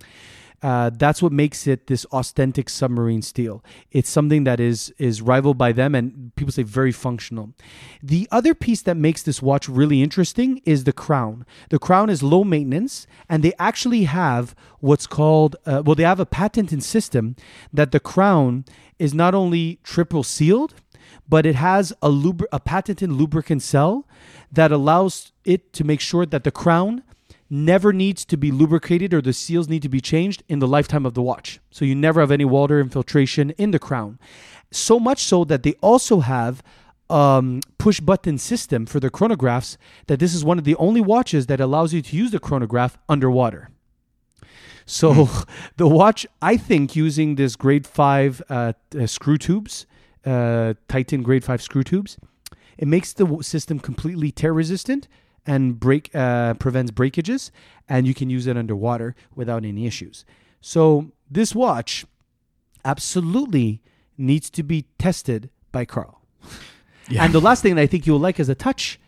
Speaker 5: Uh, that's what makes it this authentic submarine steel. It's something that is is rivaled by them, and people say very functional. The other piece that makes this watch really interesting is the crown. The crown is low maintenance, and they actually have what's called uh, well, they have a patented system that the crown is not only triple sealed, but it has a, lubri- a patented lubricant cell that allows it to make sure that the crown never needs to be lubricated or the seals need to be changed in the lifetime of the watch. So you never have any water infiltration in the crown. So much so that they also have um, push button system for the chronographs that this is one of the only watches that allows you to use the chronograph underwater. So the watch, I think, using this grade five uh, t- uh, screw tubes uh, Titan Grade 5 screw tubes. It makes the w- system completely tear resistant and break uh, prevents breakages, and you can use it underwater without any issues. So this watch absolutely needs to be tested by Carl. And the last thing that I think you'll like as a touch,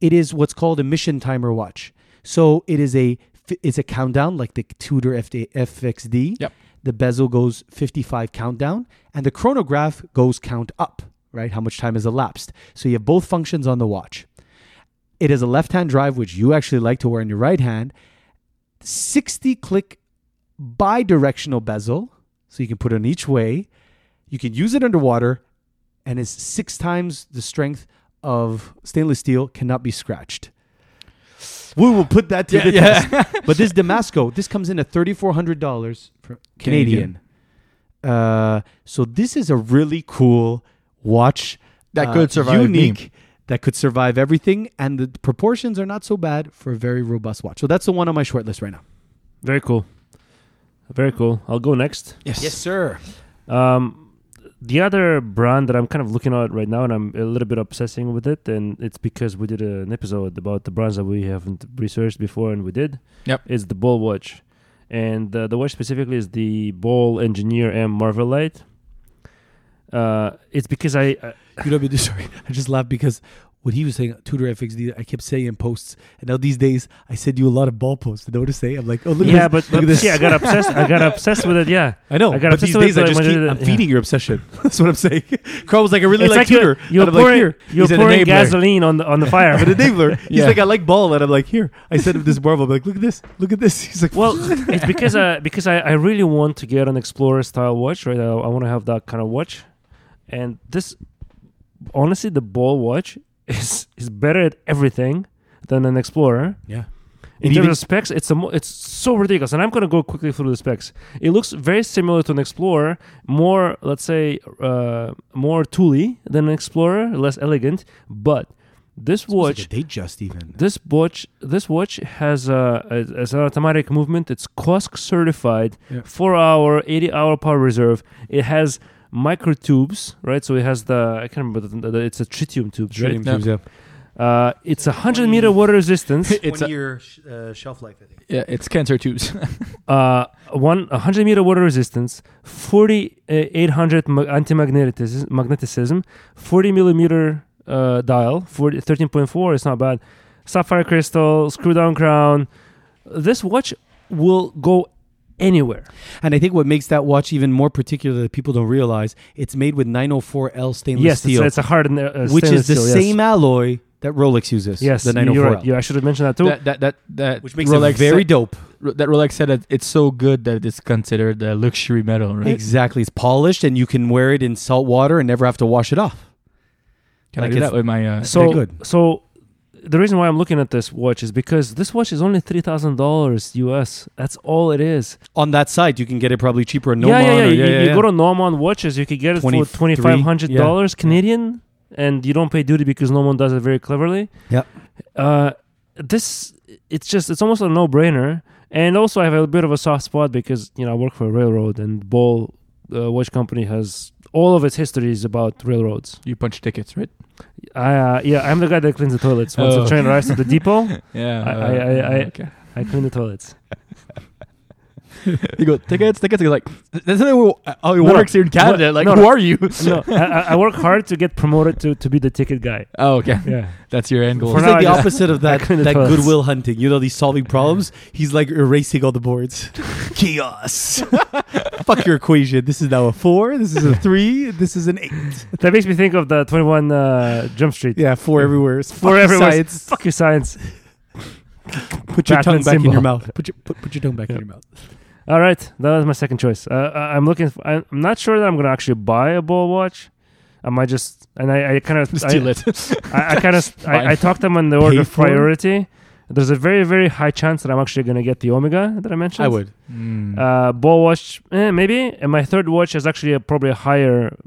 Speaker 5: it is what's called a mission timer watch. So it is a f- it's a countdown like the Tudor FD, FXD.
Speaker 4: Yep.
Speaker 5: The bezel goes 55 countdown, and the chronograph goes count up. Right, how much time has elapsed? So you have both functions on the watch. It is a left-hand drive, which you actually like to wear in your right hand. 60 click bi-directional bezel, so you can put it in each way. You can use it underwater, and is six times the strength of stainless steel, cannot be scratched. We will put that to the test. but this Damasco, this comes in at thirty four hundred dollars Canadian. Uh, so this is a really cool watch
Speaker 4: That
Speaker 5: uh,
Speaker 4: could survive me.
Speaker 5: unique that could survive everything, and the proportions are not so bad for a very robust watch. So that's the one on my short list right now.
Speaker 2: Very cool. Very cool. I'll go next.
Speaker 4: Yes.
Speaker 5: sir.
Speaker 2: Um, the other brand that I'm kind of looking at right now, and I'm a little bit obsessing with it, and it's because we did an episode about the brands that we haven't researched before, and we did.
Speaker 4: Yep.
Speaker 2: Is the Ball watch, and uh, the watch specifically is the Ball Engineer M Marvel Light. Uh, it's because I, I
Speaker 5: You know, sorry. I just laughed because what he was saying, Tudor FXD, I kept saying in posts. And now these days, I send you a lot of ball posts. You know what I say? I'm like, oh, look
Speaker 2: yeah,
Speaker 5: at this.
Speaker 2: but,
Speaker 5: look
Speaker 2: but
Speaker 5: at this.
Speaker 2: see, I got obsessed. I got obsessed with it. Yeah,
Speaker 5: I know.
Speaker 2: I got
Speaker 5: but these
Speaker 2: obsessed with
Speaker 5: days, I
Speaker 2: it,
Speaker 5: just
Speaker 2: but-
Speaker 5: keep, I'm
Speaker 2: yeah.
Speaker 5: feeding your obsession. That's what I'm saying. Carl was like, I really
Speaker 2: it's
Speaker 5: like,
Speaker 2: you're-
Speaker 5: Tudor.
Speaker 2: You're,
Speaker 5: and I'm like,
Speaker 2: pouring,
Speaker 5: here.
Speaker 2: you're
Speaker 5: He's an
Speaker 2: pouring
Speaker 5: enabler.
Speaker 2: gasoline on the on the fire.
Speaker 5: I'm an enabler. He's
Speaker 4: Yeah.
Speaker 5: like, I like ball. And I'm like, here. I sent him this marble. I'm like, look at this. Look at this. He's like,
Speaker 2: Well, it's because I because I, I really want to get an explorer style watch, right? I, I want to have that kind of watch, and this honestly, the ball watch is is better at everything than an explorer.
Speaker 5: yeah.
Speaker 2: In
Speaker 5: And
Speaker 2: terms
Speaker 5: even-
Speaker 2: of specs, it's a mo- it's so ridiculous, and I'm gonna go quickly through the specs. It looks very similar to an Explorer, more let's say uh, more tooly than an Explorer, less elegant. But this watch
Speaker 5: They just even.
Speaker 2: this watch, this watch has a, a has an automatic movement. It's COSC certified,
Speaker 5: Yeah.
Speaker 2: four hour, eighty hour power reserve. It has micro tubes, right? So it has the I can't remember. The, the, it's a tritium tubes,
Speaker 5: Shooting
Speaker 4: Yeah.
Speaker 5: tubes, yeah.
Speaker 2: right? Uh, it's a hundred meter water resistance.
Speaker 4: It's
Speaker 3: It's
Speaker 4: a-
Speaker 3: one year sh- uh, shelf life, I think.
Speaker 4: Yeah, it's cancer tubes.
Speaker 2: uh, one 100 meter water resistance, 4800 ma- anti magneticism, 40 millimeter uh, dial, 40, 13.4, it's not bad, sapphire crystal, screw down crown. This watch will go anywhere.
Speaker 5: And I think what makes that watch even more particular that people don't realize, it's made with 904L stainless
Speaker 2: yes, it's,
Speaker 5: steel,
Speaker 2: it's a hard, uh,
Speaker 5: which is the
Speaker 2: stainless steel,
Speaker 5: same alloy that Rolex uses.
Speaker 2: Yes, yes
Speaker 5: the
Speaker 2: you-
Speaker 5: 904L.
Speaker 2: you're right. Yeah, I should have mentioned that too.
Speaker 4: that, that that that
Speaker 3: Which makes it
Speaker 4: Rolex
Speaker 5: Very
Speaker 4: said,
Speaker 5: dope.
Speaker 4: that Rolex said that it's so good that it's considered a luxury metal, right?
Speaker 5: Exactly. It's polished and you can wear it in salt water and never have to wash it off.
Speaker 4: Can
Speaker 5: Like
Speaker 4: I do
Speaker 5: it's-
Speaker 4: that with my? Uh,
Speaker 2: so,
Speaker 5: good.
Speaker 2: so the reason why I'm looking at this watch is because this watch is only three thousand dollars US. That's all it is.
Speaker 5: On that side, you can get it probably cheaper. No,
Speaker 2: yeah, yeah, yeah.
Speaker 5: Or,
Speaker 2: You, you go to Norman Watches, you could get it for
Speaker 5: 23,
Speaker 2: twenty five hundred
Speaker 5: yeah.
Speaker 2: dollars Canadian, and you don't pay duty because Norman does it very cleverly.
Speaker 5: Yep.
Speaker 2: Uh, this it's just it's almost a no brainer, and also I have a bit of a soft spot because you know I work for a railroad, and Ball uh, Watch Company has all of its history is about railroads.
Speaker 4: you punch tickets, right?
Speaker 2: I uh, yeah, I'm the guy that cleans the toilets. Once
Speaker 4: Oh.
Speaker 2: the train arrives at the depot,
Speaker 4: Yeah.
Speaker 2: I- I- I- I-
Speaker 4: Uh, okay.
Speaker 2: I clean the toilets.
Speaker 4: You go tickets, tickets. You're like, that's how oh, it, how it
Speaker 2: No,
Speaker 4: works here in Canada.
Speaker 2: no,
Speaker 4: like,
Speaker 2: no,
Speaker 4: who
Speaker 2: no.
Speaker 4: are you?
Speaker 2: No, I, I I work hard to get promoted to to be the ticket guy.
Speaker 4: Oh, okay.
Speaker 2: Yeah.
Speaker 4: That's your end goal.
Speaker 2: For
Speaker 5: He's
Speaker 2: now,
Speaker 5: like the
Speaker 2: I just-
Speaker 5: opposite of that,
Speaker 2: I couldn't
Speaker 5: that
Speaker 2: tell us.
Speaker 5: goodwill hunting. You know, these solving problems. He's like erasing all the boards. Chaos. Fuck your equation. This is now a four. This is a three. This is an eight.
Speaker 2: That makes me think of the 21 uh, Jump Street.
Speaker 5: Yeah, four everywhere. It's
Speaker 2: For
Speaker 5: fucking
Speaker 2: everyone,
Speaker 5: science.
Speaker 2: fuck your science.
Speaker 5: Put your
Speaker 2: Batman
Speaker 5: tongue back
Speaker 2: symbol.
Speaker 5: in your mouth. Put your put, put your tongue back in your mouth.
Speaker 2: All right, that was my second choice. Uh, I- I'm looking. For, I'm not sure that I'm gonna actually buy a ball watch. I might just and I, I kind of
Speaker 4: Steal
Speaker 2: I,
Speaker 4: it.
Speaker 2: I, I kind of
Speaker 4: Fine.
Speaker 2: I, I talked them on the order
Speaker 5: Pay
Speaker 2: of
Speaker 5: for it?
Speaker 2: priority. There's a very very high chance that I'm actually gonna get the Omega that I mentioned.
Speaker 5: I would.
Speaker 4: Mm.
Speaker 2: Uh, ball watch, eh, maybe. And my third watch is actually a, probably a higher. It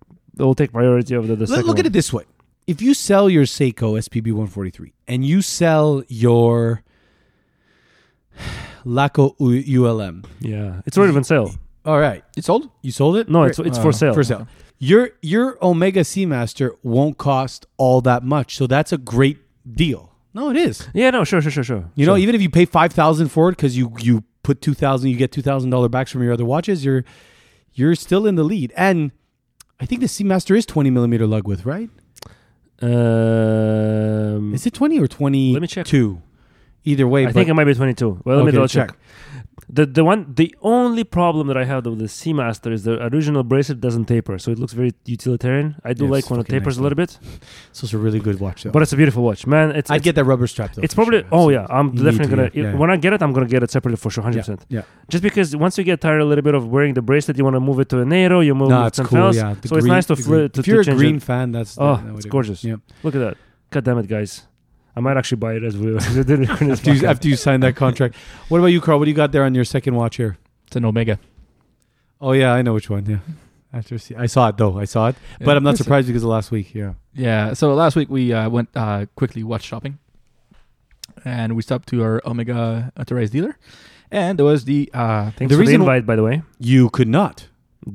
Speaker 2: will take priority over the, the
Speaker 5: Look,
Speaker 2: second.
Speaker 5: look
Speaker 2: one.
Speaker 5: at it this way: if you sell your Seiko SPB 143 and you sell your Laco U- ULM,
Speaker 2: Yeah, it's already on sale.
Speaker 5: all right,
Speaker 4: it's old.
Speaker 5: you sold it.
Speaker 2: No, it's it's
Speaker 4: Oh.
Speaker 2: for sale.
Speaker 5: Uh, for sale. your your Omega Seamaster won't cost all that much, so that's a great deal. No, it is.
Speaker 2: Yeah, no, sure, sure, sure, sure.
Speaker 5: You know, even if you pay five thousand for it because you you put two thousand, you get two thousand dollar backs from your other watches. You're you're still in the lead, and I think the Seamaster is twenty millimeter lug width, right?
Speaker 2: Um,
Speaker 5: Is it twenty or twenty?
Speaker 2: Let me check.
Speaker 5: Two, either way.
Speaker 2: I think it might be 22. Well, let me
Speaker 5: Okay,
Speaker 2: double check. The the one the only problem that I have with the Seamaster is the original bracelet doesn't taper, so it looks very utilitarian. I do
Speaker 5: Yeah,
Speaker 2: like
Speaker 5: it's
Speaker 2: when it
Speaker 5: fucking
Speaker 2: tapers
Speaker 5: nice,
Speaker 2: a little bit,
Speaker 5: so it's a really good watch, though.
Speaker 2: but it's a beautiful watch, man. It's
Speaker 5: I'd
Speaker 2: it's,
Speaker 5: get that rubber strap though.
Speaker 2: it's
Speaker 5: for
Speaker 2: probably
Speaker 5: sure.
Speaker 2: oh yeah, I'm
Speaker 5: You need
Speaker 2: definitely
Speaker 5: to,
Speaker 2: gonna
Speaker 5: yeah, yeah.
Speaker 2: when I get it, I'm gonna get it separately for sure, hundred
Speaker 5: Yeah,
Speaker 2: percent.
Speaker 5: yeah.
Speaker 2: Just because once you get tired a little bit of wearing the bracelet, you want to move it to an arrow, you move
Speaker 5: No,
Speaker 2: it to
Speaker 5: it's
Speaker 2: something
Speaker 5: cool.
Speaker 2: else.
Speaker 5: Yeah, the
Speaker 2: so it's
Speaker 5: green-
Speaker 2: nice to
Speaker 5: the
Speaker 2: flip
Speaker 5: green-
Speaker 2: to,
Speaker 5: If you're
Speaker 2: to
Speaker 5: a
Speaker 2: change
Speaker 5: green
Speaker 2: it.
Speaker 5: fan, that's
Speaker 2: Oh,
Speaker 5: that would
Speaker 2: it's
Speaker 5: do.
Speaker 2: gorgeous.
Speaker 5: Yep.
Speaker 2: Look at that. God damn it, guys. I might actually buy it as we as we did it in this
Speaker 5: After you,
Speaker 2: podcast.
Speaker 5: after you sign that contract, what about you, Carl? What do you got there on your second watch here?
Speaker 4: It's an Omega.
Speaker 5: Oh yeah, I know which one. Yeah, after see, I saw it though. I saw it, but
Speaker 4: Yeah.
Speaker 5: I'm not
Speaker 4: It's a-
Speaker 5: surprised because of last week. Yeah,
Speaker 4: Yeah. So last week we uh, went uh, quickly watch shopping, and we stopped to our Omega authorized dealer, and there was the uh,
Speaker 2: Thanks
Speaker 5: The
Speaker 2: for the
Speaker 5: reason wh-
Speaker 2: invite, by the way.
Speaker 5: you could not.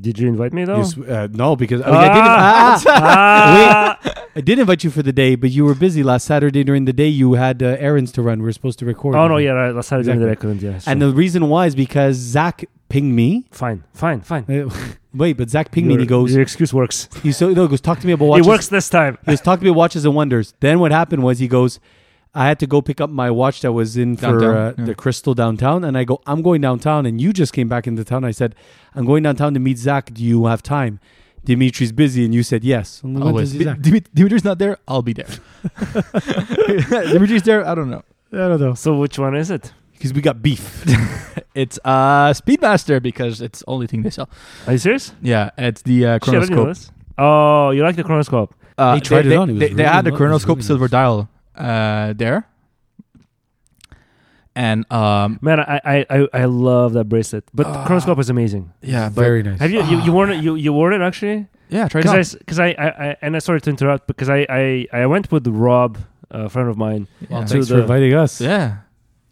Speaker 2: Did you invite me though?
Speaker 5: You s- uh, no, because I, mean, I
Speaker 2: Ah!
Speaker 5: did,
Speaker 2: Ah!
Speaker 5: I did invite you for the day, but you were busy last Saturday during the day. You had uh, errands to run. We were supposed to record.
Speaker 2: Oh no, yeah, right. Last Saturday
Speaker 5: Exactly.
Speaker 2: that I couldn't. Yeah, sure.
Speaker 5: And the reason why is because Zach pinged me.
Speaker 2: fine, fine, fine.
Speaker 5: Uh, Wait, but Zach pinged me
Speaker 2: Your-
Speaker 5: and he goes,
Speaker 2: Your excuse works.
Speaker 5: he so, no, he goes, talk to me about watches.
Speaker 2: It works this time.
Speaker 5: He was talking about watches and wonders. Then what happened was he goes, I had to go pick up my watch that was in for
Speaker 4: Downtown,
Speaker 5: uh,
Speaker 4: yeah.
Speaker 5: the Crystal downtown, and I go, I'm going downtown, and you just came back into town. I said, I'm going downtown to meet Zach. Do you have time? Dimitri's busy, and you said yes. And we went to
Speaker 4: Always.
Speaker 5: see
Speaker 4: Di-
Speaker 5: Zach.
Speaker 4: Dimit- Dimitri's not there. I'll be there. Dimitri's there. I don't know.
Speaker 5: I don't know
Speaker 2: So which one is it?
Speaker 5: because we got beef.
Speaker 4: It's uh Speedmaster because it's the only thing they sell.
Speaker 2: Are you serious?
Speaker 4: Yeah, it's the uh,
Speaker 2: Shit, I didn't know
Speaker 4: chronoscope.
Speaker 2: this. Oh, you like the chronoscope?
Speaker 4: Uh,
Speaker 5: They tried it on, it was
Speaker 4: they, they
Speaker 5: really
Speaker 4: had the
Speaker 5: nice, it was
Speaker 4: chronoscope
Speaker 5: really
Speaker 4: silver
Speaker 5: nice.
Speaker 4: dial uh, there, and um
Speaker 2: Man, I I, I, I love that bracelet. But the chronoscope is amazing.
Speaker 4: yeah, but,
Speaker 5: Very nice.
Speaker 2: Have you you, you worn it? You, you wore it actually?
Speaker 4: yeah, try it on.
Speaker 2: Because I because I, I, I and I sorry to interrupt because I I, I went with Rob, a friend of mine.
Speaker 4: Yeah.
Speaker 2: to
Speaker 5: Thanks for
Speaker 2: the-
Speaker 5: inviting us,
Speaker 4: yeah.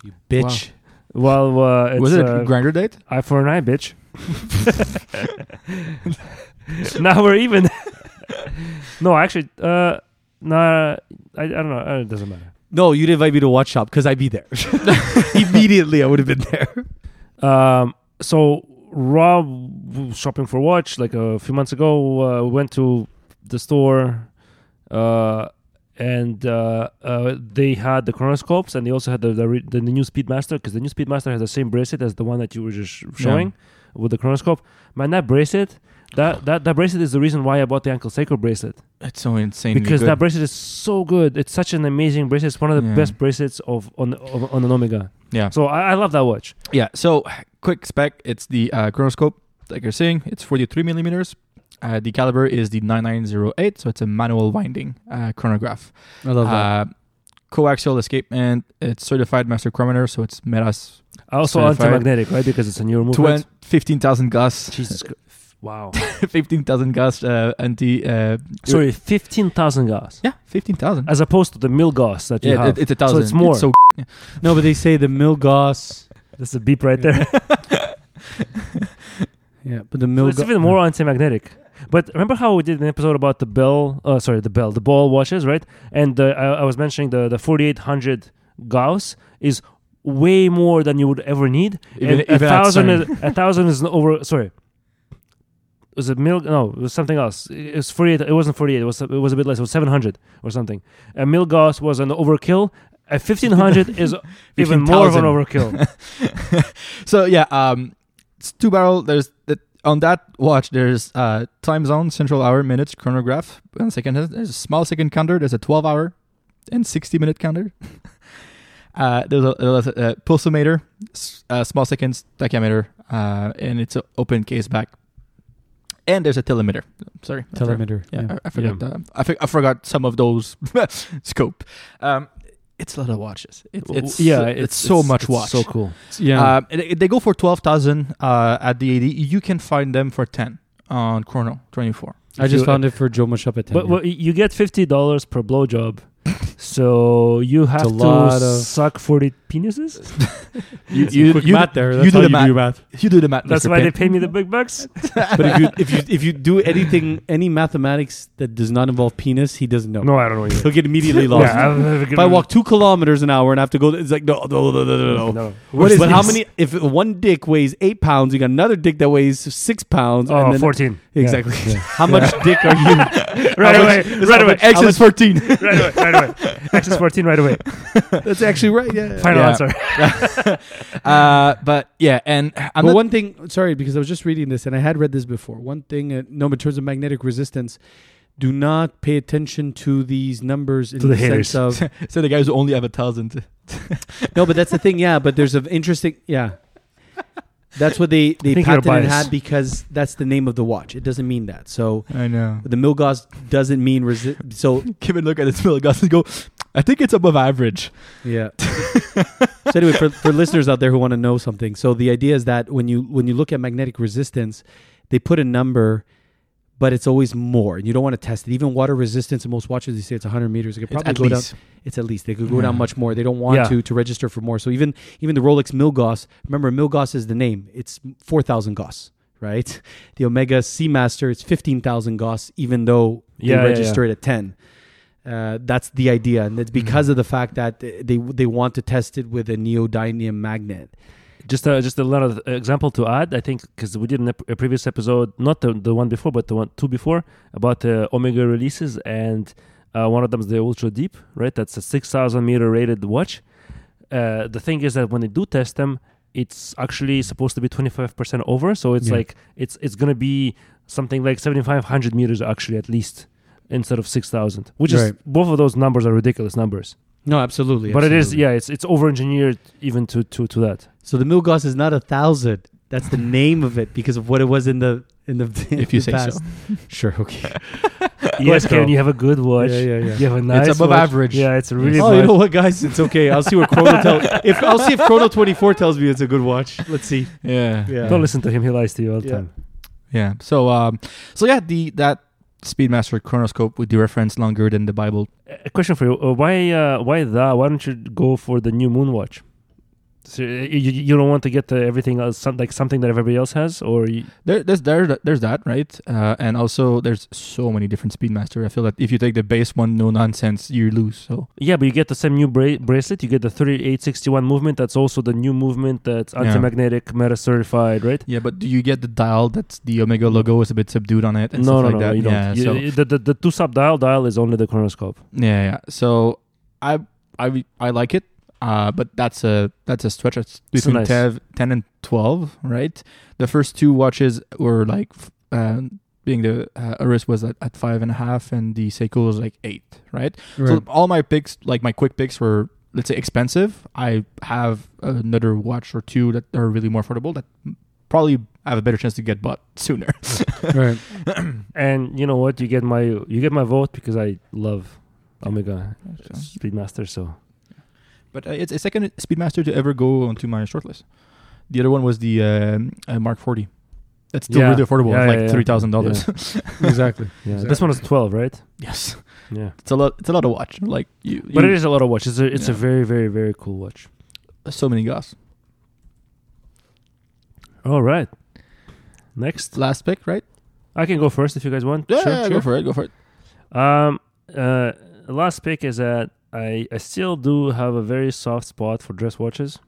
Speaker 5: you bitch.
Speaker 2: Well, uh, it's,
Speaker 4: Was it
Speaker 2: uh,
Speaker 4: a grinder date?
Speaker 2: eye for an eye, bitch. now we're even. no, actually, uh, nah, I, I don't know. Uh, It doesn't matter.
Speaker 5: No, you'd invite me to watch shop because I'd be there immediately. I would have been there.
Speaker 2: Um, so Rob w- shopping for watch like a few months ago. Uh, we went to the store, uh, and uh, uh, they had the chronoscopes, and they also had the the, re- the new Speedmaster because the new Speedmaster has the same bracelet as the one that you were just sh- showing with the chronoscope. Man, that bracelet. That, that, that bracelet is the reason why I bought the Uncle Seiko bracelet
Speaker 4: It's so insane
Speaker 2: because that bracelet is so good. It's such an amazing bracelet. It's one of the
Speaker 4: Yeah.
Speaker 2: best bracelets of on of, on an Omega.
Speaker 4: yeah.
Speaker 2: So I, I love that watch.
Speaker 4: Yeah. So, quick spec. It's the uh, chronoscope, like you're saying. It's 43 millimeters. Uh, the caliber is the 9908, so it's a manual winding uh, chronograph.
Speaker 5: I love
Speaker 4: Uh, coaxial escapement. It's certified master chronometer, so it's metas
Speaker 2: Also
Speaker 4: Certified.
Speaker 2: anti-magnetic, right? Because it's a newer movement.
Speaker 4: 20 15,000 Gauss,
Speaker 2: Jesus, Christ. wow.
Speaker 4: 15,000 Gauss uh, anti. Uh,
Speaker 2: Sorry, fifteen thousand gauss,
Speaker 4: Yeah, 15,000.
Speaker 2: as opposed to the mil gauss that you
Speaker 4: Yeah,
Speaker 2: have.
Speaker 4: it- it's a thousand.
Speaker 2: it's more.
Speaker 4: so
Speaker 5: that. No, but they say the Milgauss.
Speaker 2: That's a beep right there.
Speaker 5: Yeah, but the
Speaker 2: so
Speaker 5: Milgauss.
Speaker 2: it's even more anti-magnetic. But remember how we did an episode about the bell? Uh, sorry, the bell, the ball watches, right? And uh, I, I was mentioning the the forty-eight hundred gauss is way more than you would ever need.
Speaker 4: Even-
Speaker 2: and a
Speaker 4: even
Speaker 2: thousand, is,
Speaker 4: outside.
Speaker 2: a thousand is over. Sorry. Was it mil? No, it was something else. It was forty-eight. It wasn't forty-eight. It was it was a bit less. It was seven hundred or something. A mil gauss was an overkill. A fifteen hundred is even more of an
Speaker 4: 15,000.
Speaker 2: overkill.
Speaker 4: So yeah, um, it's two barrel. There's that on that watch. There's uh time zone, central hour, minutes, chronograph, and second. There's a small second counter. There's a 12 hour and 60 minute counter. uh, there's a, there's a, uh, pulsometer, s- uh, small seconds tachymeter, uh, and it's an open case back. And there's a telemeter. Sorry, I forgot-
Speaker 5: telemeter.
Speaker 4: Yeah, I, I
Speaker 2: Yeah.
Speaker 4: forgot. that. I, fi- I forgot some of those scope. Um, it's a lot of watches. It, it's
Speaker 2: yeah,
Speaker 4: it's, so much
Speaker 2: it's
Speaker 4: watch.
Speaker 2: So cool.
Speaker 5: yeah.
Speaker 4: Uh, they, they go for 12,000 uh, at the 80. You can find them for 10 on Chrono 24.
Speaker 5: I
Speaker 4: If
Speaker 5: just
Speaker 4: you-
Speaker 5: found it for Joe Mashup at 10.
Speaker 2: But, but you get fifty dollars per blowjob So you have
Speaker 5: lot
Speaker 2: to
Speaker 5: of-
Speaker 2: suck 40 penises?
Speaker 4: You,
Speaker 5: Some quick math there. That's
Speaker 4: you
Speaker 5: how you
Speaker 4: do the
Speaker 5: do
Speaker 4: math.
Speaker 5: your math.
Speaker 4: You do the math.
Speaker 2: That's
Speaker 4: Mr.
Speaker 2: why they
Speaker 4: Pitt.
Speaker 2: pay me the big bucks?
Speaker 5: but if you if you if you do anything any mathematics that does not involve penis, he doesn't know.
Speaker 2: No, I don't know. either.
Speaker 5: He'll get immediately lost.
Speaker 2: Yeah, I've never
Speaker 5: if I
Speaker 2: given-
Speaker 5: walk two kilometers an hour and I have to go, it's like no, no, no, no, no, no.
Speaker 2: No.
Speaker 5: What is but how
Speaker 2: this?
Speaker 5: many? If one dick weighs eight pounds, you got another dick that weighs six pounds.
Speaker 2: Oh,
Speaker 5: then-
Speaker 2: 14. Yeah.
Speaker 5: Exactly. How much dick are you?
Speaker 2: Right
Speaker 5: How
Speaker 2: away.
Speaker 5: much- this-
Speaker 2: Right
Speaker 5: how
Speaker 2: away.
Speaker 5: much X is fourteen.
Speaker 2: Right away. Right away. Access 14 right away.
Speaker 5: That's actually right. Yeah.
Speaker 2: Final
Speaker 4: Yeah.
Speaker 2: answer.
Speaker 4: Uh, but yeah, and I'm
Speaker 5: but
Speaker 4: not,
Speaker 5: one thing, sorry, because I was just reading this and I had read this before. One thing, uh, no, in terms of magnetic resistance, do not pay attention to these numbers in
Speaker 2: To the
Speaker 5: the, sense
Speaker 2: haters.
Speaker 5: of
Speaker 4: so the guys who only have a thousand.
Speaker 5: no, but that's the thing. Yeah, but there's an interesting. Yeah, that's what they they
Speaker 2: think you're
Speaker 5: patented
Speaker 2: biased.
Speaker 5: had because that's the name of the watch. It doesn't mean that. So
Speaker 4: I know.
Speaker 5: the Milgauss doesn't mean resi- So
Speaker 4: Give it a look at this middle glass and go. I think it's above average.
Speaker 5: yeah. so anyway, for, for listeners out there who want to know something, so the idea is that when you when you look at magnetic resistance, they put a number. But it's always more, and you don't want to test it. Even water resistance, in most watches, they say it's 100 meters. It could
Speaker 4: It's
Speaker 5: probably
Speaker 4: at
Speaker 5: go down.
Speaker 4: least.
Speaker 5: it's at least they could go
Speaker 4: Yeah.
Speaker 5: down much more. They don't want
Speaker 2: Yeah.
Speaker 5: to to register for more. So even even the Rolex Milgauss, remember Milgauss is the name. It's four thousand Gauss, right? The Omega Seamaster, it's fifteen thousand Gauss, even though
Speaker 2: Yeah, yeah,
Speaker 5: they register it at ten. Uh, that's the idea, and it's because of the fact that they they want to test it with a neodymium magnet.
Speaker 2: Just a, just a lot of example to add, I think, because we did in a, a previous episode, not the, the one before, but the one two before, about uh, Omega releases, and uh, one of them is the Ultra Deep, right? That's a 6,000 meter rated watch. Uh, the thing is that when they do test them, it's actually supposed to be 25% over, so it's
Speaker 5: Yeah.
Speaker 2: like it's it's going to be something like 7,500 meters actually at least instead of 6,000, which is
Speaker 5: Right.
Speaker 2: both of those numbers are ridiculous numbers.
Speaker 5: No, absolutely,
Speaker 2: But it is, yeah, it's it's over engineered even to, to, to that.
Speaker 5: So the Milgauss is not a thousand. That's the name of it because of what it was in the in the in
Speaker 4: If you
Speaker 5: the
Speaker 4: say so.
Speaker 5: past. Sure. Okay.
Speaker 2: Yes,
Speaker 5: Let's
Speaker 2: Karen,
Speaker 5: go.
Speaker 2: you have a good watch.
Speaker 5: Yeah, yeah, yeah.
Speaker 2: You have a nice.
Speaker 4: above
Speaker 2: watch.
Speaker 4: average.
Speaker 2: Yeah, it's a really.
Speaker 5: Oh, you
Speaker 2: nice-
Speaker 5: know what, guys? It's okay. I'll see what Chrono tells. If I'll see if Chrono Twenty Four tells me it's a good watch. Let's see.
Speaker 4: Yeah.
Speaker 5: Yeah.
Speaker 2: Don't listen to him. He lies to you all the
Speaker 5: Yeah.
Speaker 2: time.
Speaker 4: Yeah. So um so yeah, the that Speedmaster chronoscope with the reference longer than the Bible.
Speaker 2: A question for you: uh, Why, uh, why that? Why don't you go for the new moon watch? So uh, you, you don't want to get the everything else, some, like something that everybody else has, or you,
Speaker 4: There, there's there, there's that right, uh, and also there's so many different Speedmaster. I feel that if you take the base one, no nonsense, you lose. So
Speaker 2: yeah, but you get the same new bra- bracelet. You get the thirty-eight sixty-one movement. That's also the new movement. That's anti-magnetic, meta certified, right?
Speaker 4: yeah, but do you get the dial that's the Omega logo is a bit subdued on it and
Speaker 2: no,
Speaker 4: stuff
Speaker 2: no,
Speaker 4: like
Speaker 2: no,
Speaker 4: that?
Speaker 2: you don't.
Speaker 4: Yeah,
Speaker 2: You-
Speaker 4: so,
Speaker 2: you- the, the, the two sub dial dial is only the chronoscope.
Speaker 4: yeah, yeah. So I I re- I like it, uh, but that's a that's a stretch. It's
Speaker 2: It's
Speaker 4: between
Speaker 2: nice.
Speaker 4: tev- ten and twelve, right? The first two watches were like. f- Um, being the uh, Aris was at, at five and a half, and the Seiko was like eight, right? So all my picks, like my quick picks, were let's say expensive. I have another watch or two that are really more affordable that probably have a better chance to get bought sooner.
Speaker 5: right.
Speaker 2: And you know what? You get my you get my vote because I love Omega Speedmaster. So
Speaker 4: but uh, it's a second Speedmaster to ever go onto my shortlist. The other one was the um, uh, Mark Forty. That's still
Speaker 2: Yeah.
Speaker 4: really affordable,
Speaker 2: Yeah,
Speaker 4: like
Speaker 2: yeah, yeah.
Speaker 4: three thousand dollars.
Speaker 5: Exactly.
Speaker 2: yeah, this one is twelve, right?
Speaker 4: yes,
Speaker 2: Yeah,
Speaker 4: it's a lot. It's a lot of watch. Like you,
Speaker 2: but
Speaker 4: you-
Speaker 2: it is a lot of watch. It's a it's a
Speaker 4: Yeah.
Speaker 2: very very very cool watch.
Speaker 4: so many gas.
Speaker 2: All right, next
Speaker 4: Last pick, right?
Speaker 2: I can go first if you guys want.
Speaker 4: Yeah, yeah, go for it. Go for it.
Speaker 2: Um, uh, last pick is that I I still do have a very soft spot for dress watches,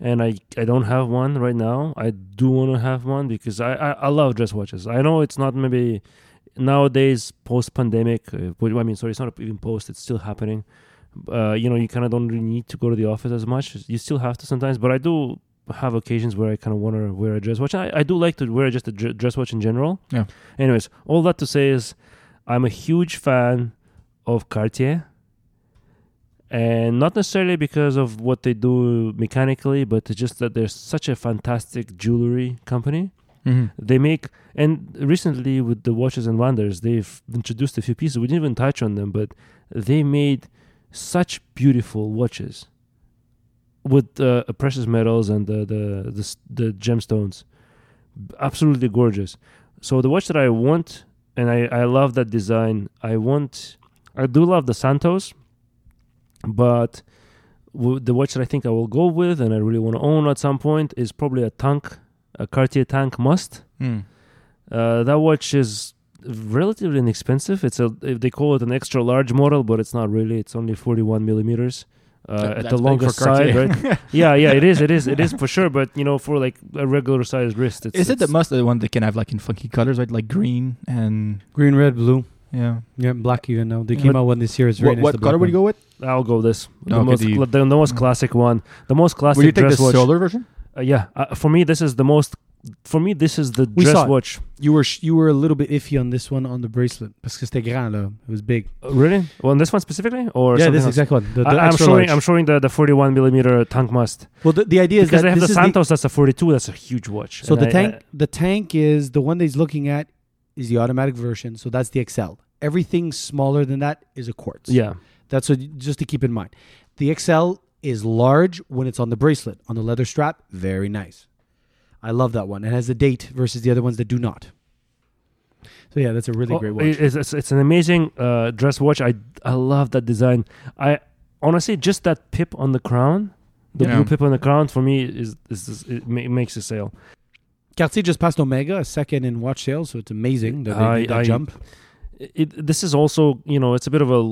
Speaker 2: and I I don't have one right now. I do want to have one because I, I I love dress watches. I know it's not maybe nowadays post pandemic. Uh, what do I mean, sorry, it's not even post. It's still happening. Uh, you know, you kind of don't really need to go to the office as much. You still have to sometimes, but I do have occasions where I kind of want to wear a dress watch. I, I do like to wear just a dr- dress watch in general.
Speaker 4: Yeah.
Speaker 2: Anyways, all that to say is I'm a huge fan of Cartier. And not necessarily because of what they do mechanically, but it's just that they're such a fantastic jewelry company. Mm. They make and recently with the watches and wonders, they've introduced a few pieces. We didn't even touch on them, but they made such beautiful watches with uh, precious metals and the the the, s- the gemstones. Absolutely gorgeous. So the watch that I want and I, I love that design. I want I do love the Santos, but w- the watch that I think I will go with and I really want to own at some point is probably a Tank, a Cartier Tank Must.
Speaker 4: Hmm.
Speaker 2: Uh, that watch is relatively inexpensive. It's a they call it an extra large model, but it's not really. It's only 41 millimeters. Uh,
Speaker 4: That-
Speaker 2: at
Speaker 4: that's
Speaker 2: the
Speaker 4: big for
Speaker 2: longest side,
Speaker 4: Cartier.
Speaker 2: right? yeah, yeah, it is, it is, it is for sure. But you know, for like a regular sized wrist, it's,
Speaker 4: Is it the
Speaker 2: it's-
Speaker 4: must the one that can have like in funky colors, right? Like green and
Speaker 5: Green, red, blue.
Speaker 4: yeah.
Speaker 5: Yeah, black even now. They
Speaker 4: Yeah.
Speaker 5: came
Speaker 4: What-
Speaker 5: out one this year. It's very
Speaker 4: What,
Speaker 5: nice. the
Speaker 4: what
Speaker 5: black
Speaker 4: color would you
Speaker 5: one.
Speaker 4: go with?
Speaker 2: I'll go this. The
Speaker 4: Okay,
Speaker 2: most,
Speaker 4: the-
Speaker 2: cla- the, most classic one. The most classic
Speaker 4: Would you take the
Speaker 2: dress watch.
Speaker 4: solar version?
Speaker 2: Uh, yeah, uh, for me this is the most. For me, this is the
Speaker 5: We saw
Speaker 2: dress
Speaker 5: it.
Speaker 2: watch.
Speaker 5: You were sh- you were a little bit iffy on this one on the bracelet because c'était grand là. It was big.
Speaker 2: Uh, really? Well, this one specifically, or
Speaker 5: yeah,
Speaker 2: something
Speaker 5: this
Speaker 2: else?
Speaker 5: exact one. The, the
Speaker 2: I, am
Speaker 5: extra
Speaker 2: showing.
Speaker 5: large.
Speaker 2: I'm showing the, the 41 millimeter tank must
Speaker 5: well, the, the idea is
Speaker 2: because
Speaker 5: that
Speaker 2: I have
Speaker 5: this
Speaker 2: the
Speaker 5: is the-
Speaker 2: Santos. that's a 42. That's a huge watch.
Speaker 5: So
Speaker 2: And
Speaker 5: the
Speaker 2: I-
Speaker 5: tank,
Speaker 2: I-
Speaker 5: the tank is the one that he's looking at is the automatic version. So that's the XL. Everything smaller than that is a quartz.
Speaker 2: yeah,
Speaker 5: that's what, just to keep in mind. The XL is large when it's on the bracelet, on the leather strap. Very nice. I love that one. It has a date versus the other ones that do not. So yeah, that's a really
Speaker 2: Oh,
Speaker 5: great watch.
Speaker 2: it- It's, it's, it's an amazing uh, dress watch. I I love that design. I honestly just that pip on the crown, the
Speaker 4: Yeah.
Speaker 2: blue pip on the crown for me is, is, is it ma- makes a sale.
Speaker 5: Cartier just passed Omega a second in watch sales, so it's amazing that they
Speaker 2: I-
Speaker 5: did that
Speaker 2: I-
Speaker 5: jump.
Speaker 2: it, this is also you know it's a bit of a uh,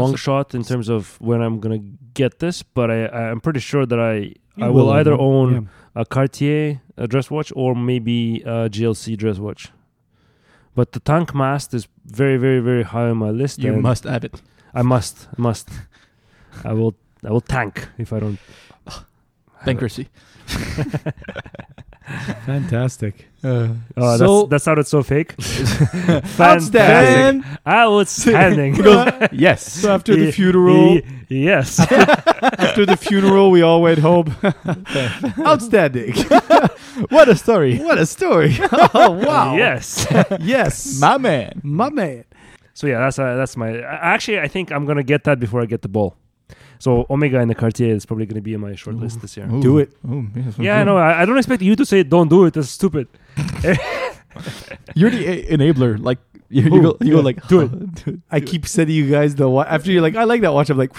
Speaker 2: long shot in terms of when I'm gonna get this, but I I'm pretty sure that I I will, either own a Cartier a dress watch or maybe a GLC dress watch. But the tank mast is very very very high on my list.
Speaker 4: You
Speaker 2: and
Speaker 4: must have it.
Speaker 2: I must. I must. I will. I will tank if I don't.
Speaker 4: Bankruptcy.
Speaker 5: fantastic.
Speaker 2: Oh,
Speaker 5: So-
Speaker 2: that's, that sounded so fake.
Speaker 5: Outstanding.
Speaker 2: Fantastic. Outstanding.
Speaker 4: yes.
Speaker 5: after
Speaker 2: Ye- ye- yes.
Speaker 5: after the funeral, we all went home. outstanding.
Speaker 4: what a story.
Speaker 5: What a story! oh wow!
Speaker 2: Yes.
Speaker 5: yes,
Speaker 4: My man.
Speaker 5: my man.
Speaker 2: So yeah, that's uh, that's my. I- Actually, I think I'm gonna get that before I get the ball. So Omega and the Cartier is probably gonna be in my short list this year.
Speaker 5: Do it.
Speaker 4: Ooh,
Speaker 2: Yeah, no, I, I don't expect you to say don't do it. That's stupid.
Speaker 4: You're the a- enabler. Like you, you
Speaker 5: Ooh,
Speaker 4: go, you go
Speaker 5: yeah.
Speaker 4: like
Speaker 5: Do
Speaker 4: it.
Speaker 5: I keep sending you guys the watch. After you're like, I like that watch. I'm like,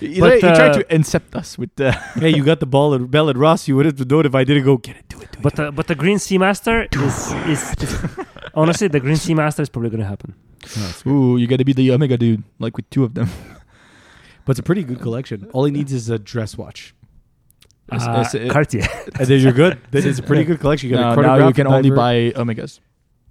Speaker 4: You,
Speaker 2: But,
Speaker 4: try- you try
Speaker 2: uh,
Speaker 4: to incept us with the
Speaker 5: hey, you got the ball at Bell at Ross. You would have known if I didn't go get it. Do it. Do it.
Speaker 2: But uh, but the Green Sea Master is, is, is honestly the Green Sea Master is probably gonna happen.
Speaker 4: Ooh, you gotta be the Omega dude, like with two of them.
Speaker 5: But it's a pretty good collection. All he needs is a dress watch,
Speaker 4: It's-
Speaker 2: Uh,
Speaker 4: it's- it-
Speaker 2: Cartier.
Speaker 5: and then you're good. Then it's a pretty good collection. You got
Speaker 4: Now,
Speaker 5: a
Speaker 4: now
Speaker 5: chronograph.
Speaker 4: you can only
Speaker 5: diver.
Speaker 4: buy Omegas.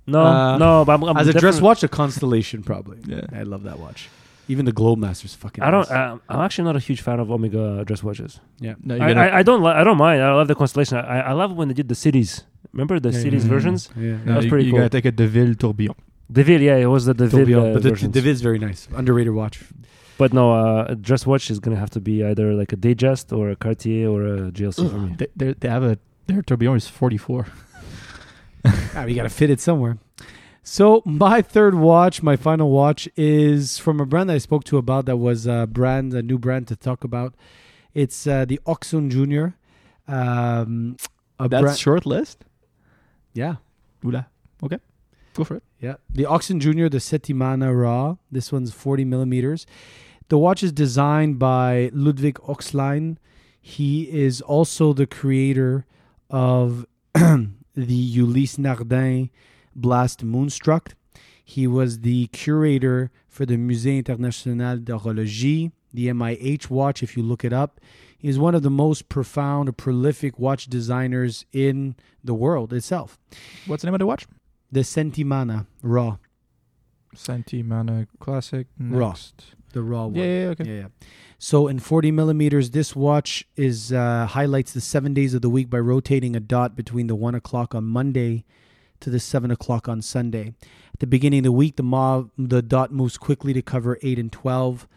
Speaker 2: No,
Speaker 5: Uh,
Speaker 2: no, but I'm, I'm
Speaker 5: as a dress
Speaker 2: definitely-
Speaker 5: watch, a constellation probably.
Speaker 4: Yeah.
Speaker 5: I love that watch. Even the Globemaster's fucking.
Speaker 2: I don't.
Speaker 5: nice.
Speaker 2: Um, I'm actually not a huge fan of Omega dress watches.
Speaker 5: yeah.
Speaker 4: No, you
Speaker 2: I,
Speaker 4: gotta,
Speaker 2: I, I don't. Li- I don't mind. I love the constellation. I, I I love when they did the cities. Remember the
Speaker 5: Yeah,
Speaker 2: cities
Speaker 4: yeah, yeah.
Speaker 2: versions?
Speaker 5: Yeah.
Speaker 4: no,
Speaker 2: that's
Speaker 4: you,
Speaker 2: pretty
Speaker 4: you
Speaker 2: cool.
Speaker 4: gotta take a Deville Tourbillon.
Speaker 2: Deville, yeah, it was the
Speaker 5: Don't be
Speaker 2: Deville
Speaker 5: all-
Speaker 2: uh,
Speaker 5: but the,
Speaker 2: versions.
Speaker 5: the Viz very nice. Underrated watch.
Speaker 2: But no, uh, a dress watch is gonna have to be either like a Datejust or a Cartier or a GLC for me.
Speaker 4: They, they- they have a their Tourbillon is 44.
Speaker 5: Ah, we got to fit it somewhere. So my third watch, my final watch, is from a brand that I spoke to about that was a brand, a new brand to talk about. It's uh, the Oxon Junior. Um, a
Speaker 4: That's
Speaker 5: brand-
Speaker 4: short list.
Speaker 5: yeah,
Speaker 4: Oula. Okay, go for it.
Speaker 5: yeah. The Oxon Junior, the Settimana Raw. This one's forty millimeters. The watch is designed by Ludwig Oxlein. He is also the creator of the Ulysse Nardin blast Moonstruck. He was the curator for the Musée International d'Horlogerie, the MIH watch, if you look it up. He is one of the most profound or prolific watch designers in the world itself.
Speaker 4: What's the name of the watch?
Speaker 5: The Sentimana Raw.
Speaker 4: Santimana Classic.
Speaker 5: Raw. The Raw one.
Speaker 4: Yeah, yeah, yeah, okay.
Speaker 5: Yeah, yeah. So in 40 millimeters, this watch is uh, highlights the seven days of the week by rotating a dot between the one o'clock on Monday to the seven o'clock on Sunday. At the beginning of the week, the mob, the dot moves quickly to cover eight and twelve.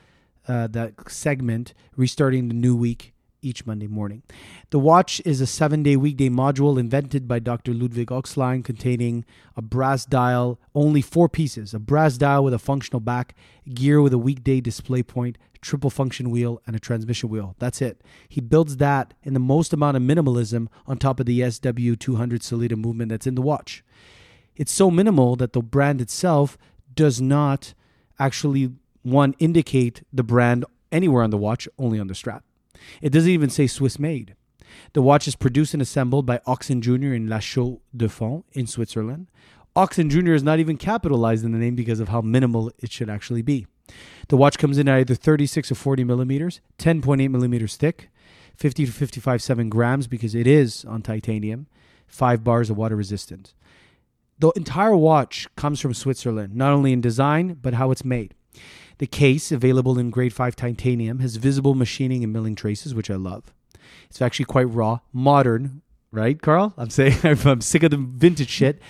Speaker 5: Uh, that segment, restarting the new week each Monday morning. The watch is a seven-day weekday module invented by Dr. Ludwig Oxlein, containing a brass dial, only four pieces: a brass dial with a functional back, gear with a weekday display point, triple function wheel, and a transmission wheel. That's it. He builds that in the most amount of minimalism on top of the SW200 Solita movement that's in the watch it's so minimal that the brand itself does not actually one indicate the brand anywhere on the watch, only on the strap. It doesn't even say Swiss made. The watch is produced and assembled by Oxen Jr. in La Chaux de Fonds in Switzerland. Oxen Jr. is not even capitalized in the name because of how minimal it should actually be. The watch comes in at either 36 or 40 millimeters, 10.8 millimeters thick, 50 to 55 7 grams because it is on titanium, 5 bars of water resistance. The entire watch comes from Switzerland, not only in design, but how it's made. The case, available in grade 5 titanium, has visible machining and milling traces, which I love. It's actually quite raw, modern, right, Carl? I'm saying I'm sick of the vintage shit.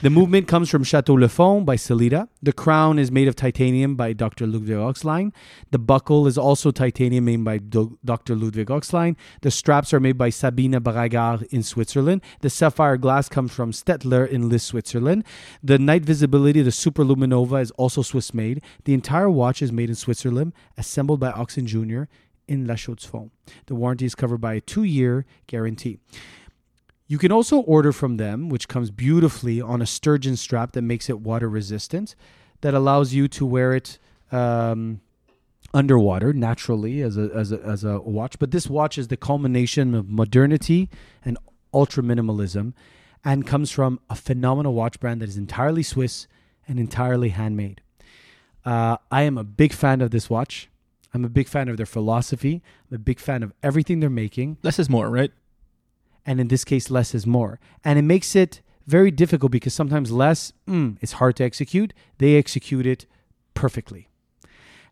Speaker 5: the movement comes from Chateau Lefond by Salida. The crown is made of titanium by Dr. Ludwig Oxlein. The buckle is also titanium made by Do- Dr. Ludwig Oxlein. The straps are made by Sabina Baragard in Switzerland. The sapphire glass comes from Stettler in List, Switzerland. The night visibility, the Superluminova, is also Swiss made. The entire watch is made in Switzerland, assembled by Oxen Jr. in La Chaux de Fonds. The warranty is covered by a two year guarantee. You can also order from them, which comes beautifully on a sturgeon strap that makes it water resistant, that allows you to wear it um, underwater naturally as a, as a as a watch. But this watch is the culmination of modernity and ultra minimalism, and comes from a phenomenal watch brand that is entirely Swiss and entirely handmade. Uh, I am a big fan of this watch. I'm a big fan of their philosophy. I'm a big fan of everything they're making
Speaker 4: Less is more, right?
Speaker 5: and in this case less is more and it makes it very difficult because sometimes less mm, is hard to execute they execute it perfectly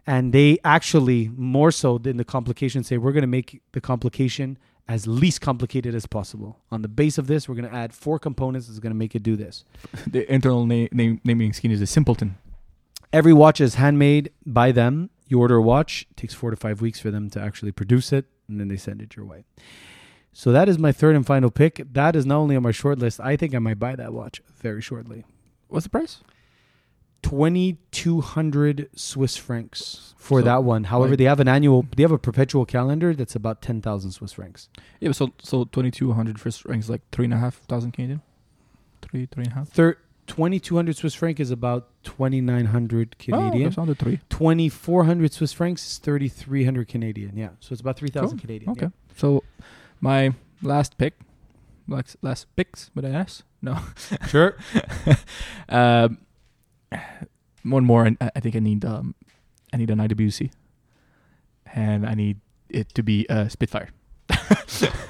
Speaker 5: and they actually more so than the complication say we're going to make the complication as least complicated as possible on the base of this we're going to add four components that's going to make it do this
Speaker 4: The internal na- name, naming scheme is the simpleton.
Speaker 5: every watch is handmade by them. You order a watch, it takes four to five weeks for them to actually produce it, and then they send it your way. So that is my third and final pick. That is not only on my short list, I think I might buy that watch very shortly.
Speaker 4: What's the price?
Speaker 5: Twenty two hundred Swiss francs for
Speaker 4: So,
Speaker 5: that one. However,
Speaker 4: like-
Speaker 5: they have an annual they have a perpetual calendar that's about ten thousand Swiss francs.
Speaker 4: Yeah, but so so twenty two hundred first ranks like three and a half thousand Canadian. Three, three and a half.
Speaker 5: Thir- 2200 Swiss franc is about 2900
Speaker 4: Oh,
Speaker 5: Canadian.
Speaker 4: that's under three.
Speaker 5: 2400 Swiss francs is 3300 Canadian. Yeah. So it's about 3000
Speaker 4: Cool.
Speaker 5: Canadian.
Speaker 4: Okay. So my last pick, last, last picks, but I asked no. Sure. um, one more, and I I think I need um, I need an IWC, and I need it to be a Spitfire.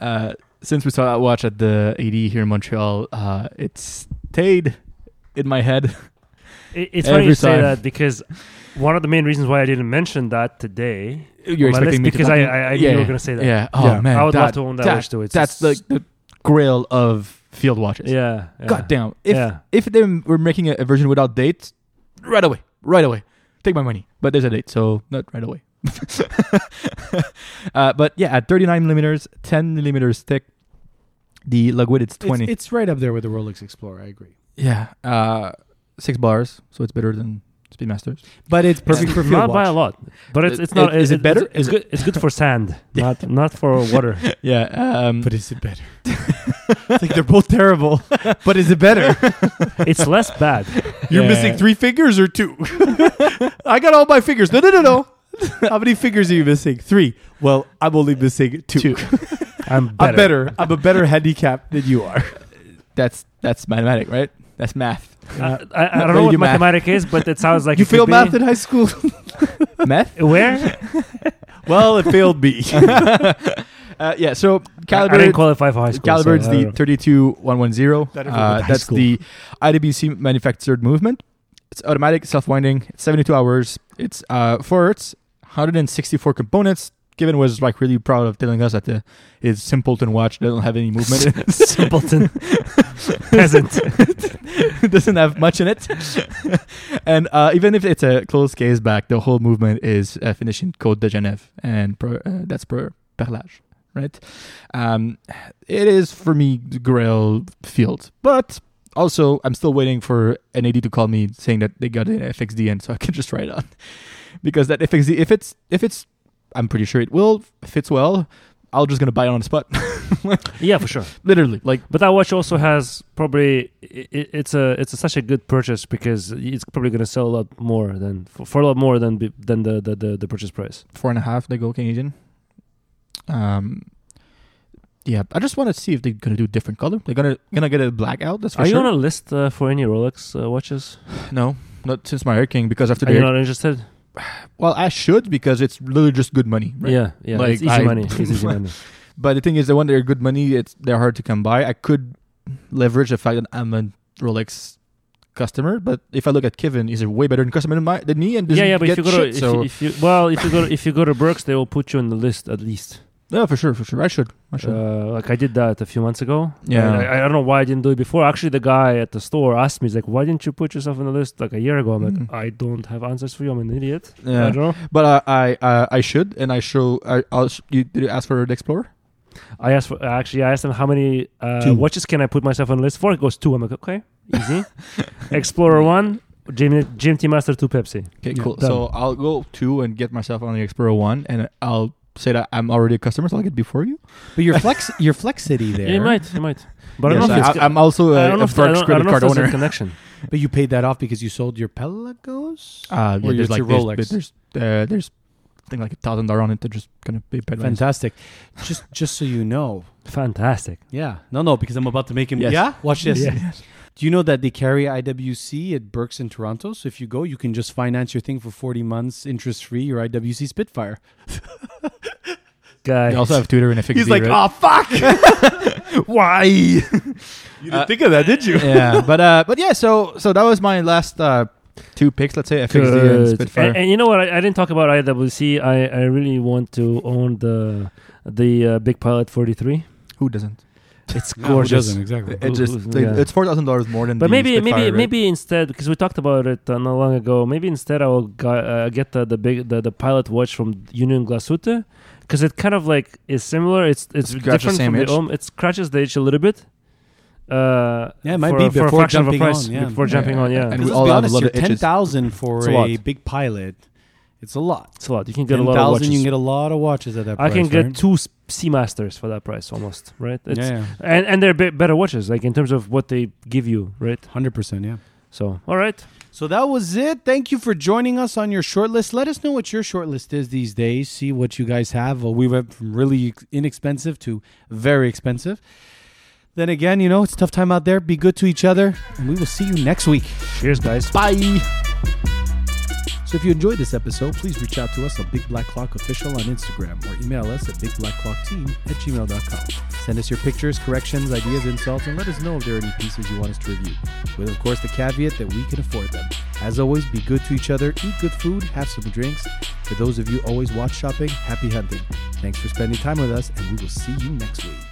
Speaker 4: uh, since we saw that watch at the AD here in Montreal, uh, it stayed in my head.
Speaker 2: It, it's funny
Speaker 4: Every
Speaker 2: you say
Speaker 4: time.
Speaker 2: that because one of the main reasons why I didn't mention that today
Speaker 4: You're
Speaker 2: on my list
Speaker 4: expecting me to
Speaker 2: because I,
Speaker 4: talk-
Speaker 2: I, I knew you were going to say that.
Speaker 4: Yeah. Oh
Speaker 5: Yeah.
Speaker 4: man,
Speaker 2: I would love
Speaker 4: that-
Speaker 2: to own that,
Speaker 4: that-
Speaker 2: watch too. It's,
Speaker 4: that's like the grail of field watches.
Speaker 2: yeah, yeah.
Speaker 4: God damn. If
Speaker 2: Yeah.
Speaker 4: if they were making a, a version without date, right away, right away, take my money. But there's a date, so not right away. uh, but yeah, at 39 millimeters, 10 millimeters thick. The Lagwit it's 20.
Speaker 5: It's, it's right up there with the Rolex Explorer. I agree,
Speaker 4: yeah, uh, six bars, so it's better than Speedmasters.
Speaker 5: but it's perfect for
Speaker 2: not
Speaker 5: field
Speaker 2: by a
Speaker 5: watch.
Speaker 2: lot, but it's
Speaker 4: It-
Speaker 2: it's not.
Speaker 4: it- is it better?
Speaker 2: It's, it's
Speaker 4: Is it-
Speaker 2: good. It's good for sand, not not for water.
Speaker 4: Yeah, um,
Speaker 5: But is it better? it's like they're both terrible. But is it better?
Speaker 2: It's less bad.
Speaker 5: You're
Speaker 4: Yeah.
Speaker 5: missing three fingers or two. I got all my fingers. No, no, no, no. How many fingers are you missing? Three. Well, I'm only missing two.
Speaker 4: Two.
Speaker 2: I'm better.
Speaker 5: I'm better. I'm a better handicap than you are.
Speaker 4: that's that's mathematic, right? That's math.
Speaker 2: Uh, I, I, I
Speaker 4: Well,
Speaker 2: don't know
Speaker 4: you
Speaker 2: what
Speaker 4: math.
Speaker 2: mathematics is, but it sounds like
Speaker 5: you
Speaker 2: it could
Speaker 5: failed
Speaker 2: be.
Speaker 5: math in high school?
Speaker 4: math.
Speaker 2: Where?
Speaker 5: well, it failed me.
Speaker 4: Uh, yeah, so
Speaker 2: I, I
Speaker 4: calibrated.
Speaker 2: didn't qualify for high school. so
Speaker 4: Calibert's
Speaker 2: I
Speaker 4: the
Speaker 2: don't know.
Speaker 4: 32110.
Speaker 5: uh, That is
Speaker 4: Uh,
Speaker 5: high
Speaker 4: that's
Speaker 5: school.
Speaker 4: the IWC manufactured movement. It's automatic, self winding, 72 hours. It's uh, 4 hertz, 164 components. Given was like really proud of telling us that uh, the, his simpleton watch doesn't have any movement. in it.
Speaker 2: simpleton peasant.
Speaker 4: it doesn't have much in it. and uh, even if it's a closed case back, the whole movement is uh, finished in Code de Genève, and pro, uh, that's per perlage, right? Um, it is for me the Grail field, but also I'm still waiting for an AD to call me saying that they got an FXD in, so I can just try it on because that FXD, if it's if it's, I'm pretty sure it will fits well. I was just gonna buy it on the spot,
Speaker 2: yeah, for sure.
Speaker 4: literally. Like
Speaker 2: But that watch also has probably i i- it's a it's a, such a good purchase because it's probably going to sell a lot more than for, for a lot more than be- than the, the, the, the purchase price.
Speaker 4: four and a half. They go Canadian. Um, yeah, I just want to see if they're gonna do different color. They're gonna gonna get a blackout. That's for
Speaker 2: Are
Speaker 4: sure.
Speaker 2: you on a list uh, for any Rolex uh, watches?
Speaker 4: no, not since my Air King because after
Speaker 2: Are
Speaker 4: the
Speaker 2: you
Speaker 4: Air-
Speaker 2: not interested?
Speaker 4: well, I should because it's literally just good money. Right?
Speaker 2: Yeah, yeah.
Speaker 4: Like,
Speaker 2: it's easy
Speaker 4: I-
Speaker 2: money. It's easy money.
Speaker 4: But the thing is, the one that are good money, it's they're hard to come by. I could leverage the fact that I'm a Rolex customer, but if I look at Kevin, he's a way better customer than, my, than me, and
Speaker 2: Yeah,
Speaker 4: doesn't
Speaker 2: yeah. But if
Speaker 4: get
Speaker 2: you go to
Speaker 4: shit,
Speaker 2: if,
Speaker 4: so
Speaker 2: you, if you well if you go to, if you go to Brooks, they will put you on the list at least.
Speaker 4: yeah, for sure, for sure, I should, I should.
Speaker 2: Uh, like I did that a few months ago.
Speaker 4: Yeah.
Speaker 2: And I, I don't know why I didn't do it before. Actually, the guy at the store asked me, he's like, why didn't you put yourself on the list like a year ago? I'm like,
Speaker 4: Mm.
Speaker 2: I don't have answers for you. I'm an idiot.
Speaker 4: yeah,
Speaker 2: I don't know.
Speaker 4: but I I, I I should, and I show. I, I'll sh- you did you ask for the Explorer?
Speaker 2: I asked for, actually, I asked them how many uh,
Speaker 5: Two.
Speaker 2: watches can I put myself on the list for? It goes two. I'm like, okay, easy. Explorer one, GM, GMT Master two, Pepsi.
Speaker 4: Okay,
Speaker 5: Yeah,
Speaker 4: cool.
Speaker 2: done.
Speaker 4: So I'll go two and get myself on the Explorer one, and I'll say that I'm already a customer, so I'll get before you.
Speaker 5: But your flex, your flexity there.
Speaker 2: Yeah, you might, you might. But
Speaker 4: Yes,
Speaker 2: I don't know if
Speaker 4: I,
Speaker 2: it's.
Speaker 4: I'm also
Speaker 2: I
Speaker 4: a,
Speaker 2: don't
Speaker 4: a
Speaker 2: know if, I
Speaker 4: Berks
Speaker 2: don't, I
Speaker 4: credit
Speaker 2: don't know if
Speaker 4: card
Speaker 2: there's a
Speaker 4: owner.
Speaker 2: connection.
Speaker 5: But you paid that off because you sold your Pelagos.
Speaker 4: Uh,
Speaker 5: Or just
Speaker 4: yeah, there's like
Speaker 5: your
Speaker 4: there's,
Speaker 5: Rolex.
Speaker 4: but there's uh, there's I think like a thousand dollar on it. They're just gonna pay better.
Speaker 5: Fantastic. just, just so you know.
Speaker 2: Fantastic.
Speaker 5: Yeah. No, no, because I'm about to make him.
Speaker 4: Yes.
Speaker 5: Yeah. Watch this.
Speaker 2: Yeah.
Speaker 5: Do you know that they carry IWC at Burke's in Toronto? So if you go, you can just finance your thing for 40 months, interest free, your IWC Spitfire.
Speaker 2: Guy.
Speaker 4: They also have Twitter and Affix.
Speaker 5: He's like,
Speaker 4: right?
Speaker 5: oh, fuck.
Speaker 4: why? you didn't think of that, did you? yeah, but uh, but yeah. So so that was my last uh two picks. Let's say FXD and
Speaker 2: Good.
Speaker 4: Spitfire.
Speaker 2: And, and you know what? I, I didn't talk about IWC. I, I really want to own the the uh, Big Pilot 43.
Speaker 4: Who Ah, doesn't?
Speaker 2: It's
Speaker 5: No, who
Speaker 2: gorgeous.
Speaker 5: doesn't, exactly.
Speaker 4: It just
Speaker 2: yeah.
Speaker 4: like, it's four thousand dollars more than.
Speaker 2: but
Speaker 4: the
Speaker 2: maybe
Speaker 4: Spitfire,
Speaker 2: maybe
Speaker 4: right?
Speaker 2: maybe instead because we talked about it uh, not long ago. Maybe instead I will gu- uh, get the the big the, the pilot watch from Union Glasute because it kind of like is similar. It's it's
Speaker 4: Scratches
Speaker 2: different
Speaker 4: same
Speaker 2: from
Speaker 4: itch.
Speaker 2: the Om. It scratches the itch a little bit. Uh,
Speaker 5: Yeah, it might
Speaker 2: for,
Speaker 5: be
Speaker 2: a- for a
Speaker 5: before
Speaker 2: fraction of a
Speaker 5: jumping
Speaker 2: price
Speaker 5: on, yeah.
Speaker 2: before
Speaker 4: Yeah,
Speaker 2: jumping on. Yeah,
Speaker 4: and
Speaker 5: And
Speaker 4: we
Speaker 5: let's
Speaker 4: all
Speaker 5: be
Speaker 4: have a
Speaker 5: honest,
Speaker 4: lot
Speaker 5: your
Speaker 4: of itches.
Speaker 5: 10,000 for
Speaker 4: It's a
Speaker 5: a,
Speaker 4: lot.
Speaker 5: big pilot, it's a lot.
Speaker 2: it's a lot. You can get a lot of
Speaker 5: 10,000,
Speaker 2: watches.
Speaker 5: you can get a lot of watches at that
Speaker 2: I
Speaker 5: price.
Speaker 2: can get
Speaker 5: right?
Speaker 2: two S- Seamasters for that price almost, right? It's,
Speaker 5: Yeah,
Speaker 2: And and they're be- better watches, like in terms of what they give you, right?
Speaker 5: 100%. Yeah.
Speaker 2: So, all right.
Speaker 5: So that was it. Thank you for joining us on your short list. Let us know what your short list is these days. See what you guys have. Well, we went from really inexpensive to very expensive. Then again, you know, it's a tough time out there. Be good to each other, and we will see you next week.
Speaker 2: Cheers, guys.
Speaker 5: Bye. So if you enjoyed this episode, please reach out to us on Big Black Clock Official on Instagram or email us at bigblackclockteam at gmail.com. Send us your pictures, corrections, ideas, insults, and let us know if there are any pieces you want us to review, with of course the caveat that we can afford them. As always, be good to each other, eat good food, have some drinks. For those of you always watch shopping, happy hunting. Thanks for spending time with us, and we will see you next week.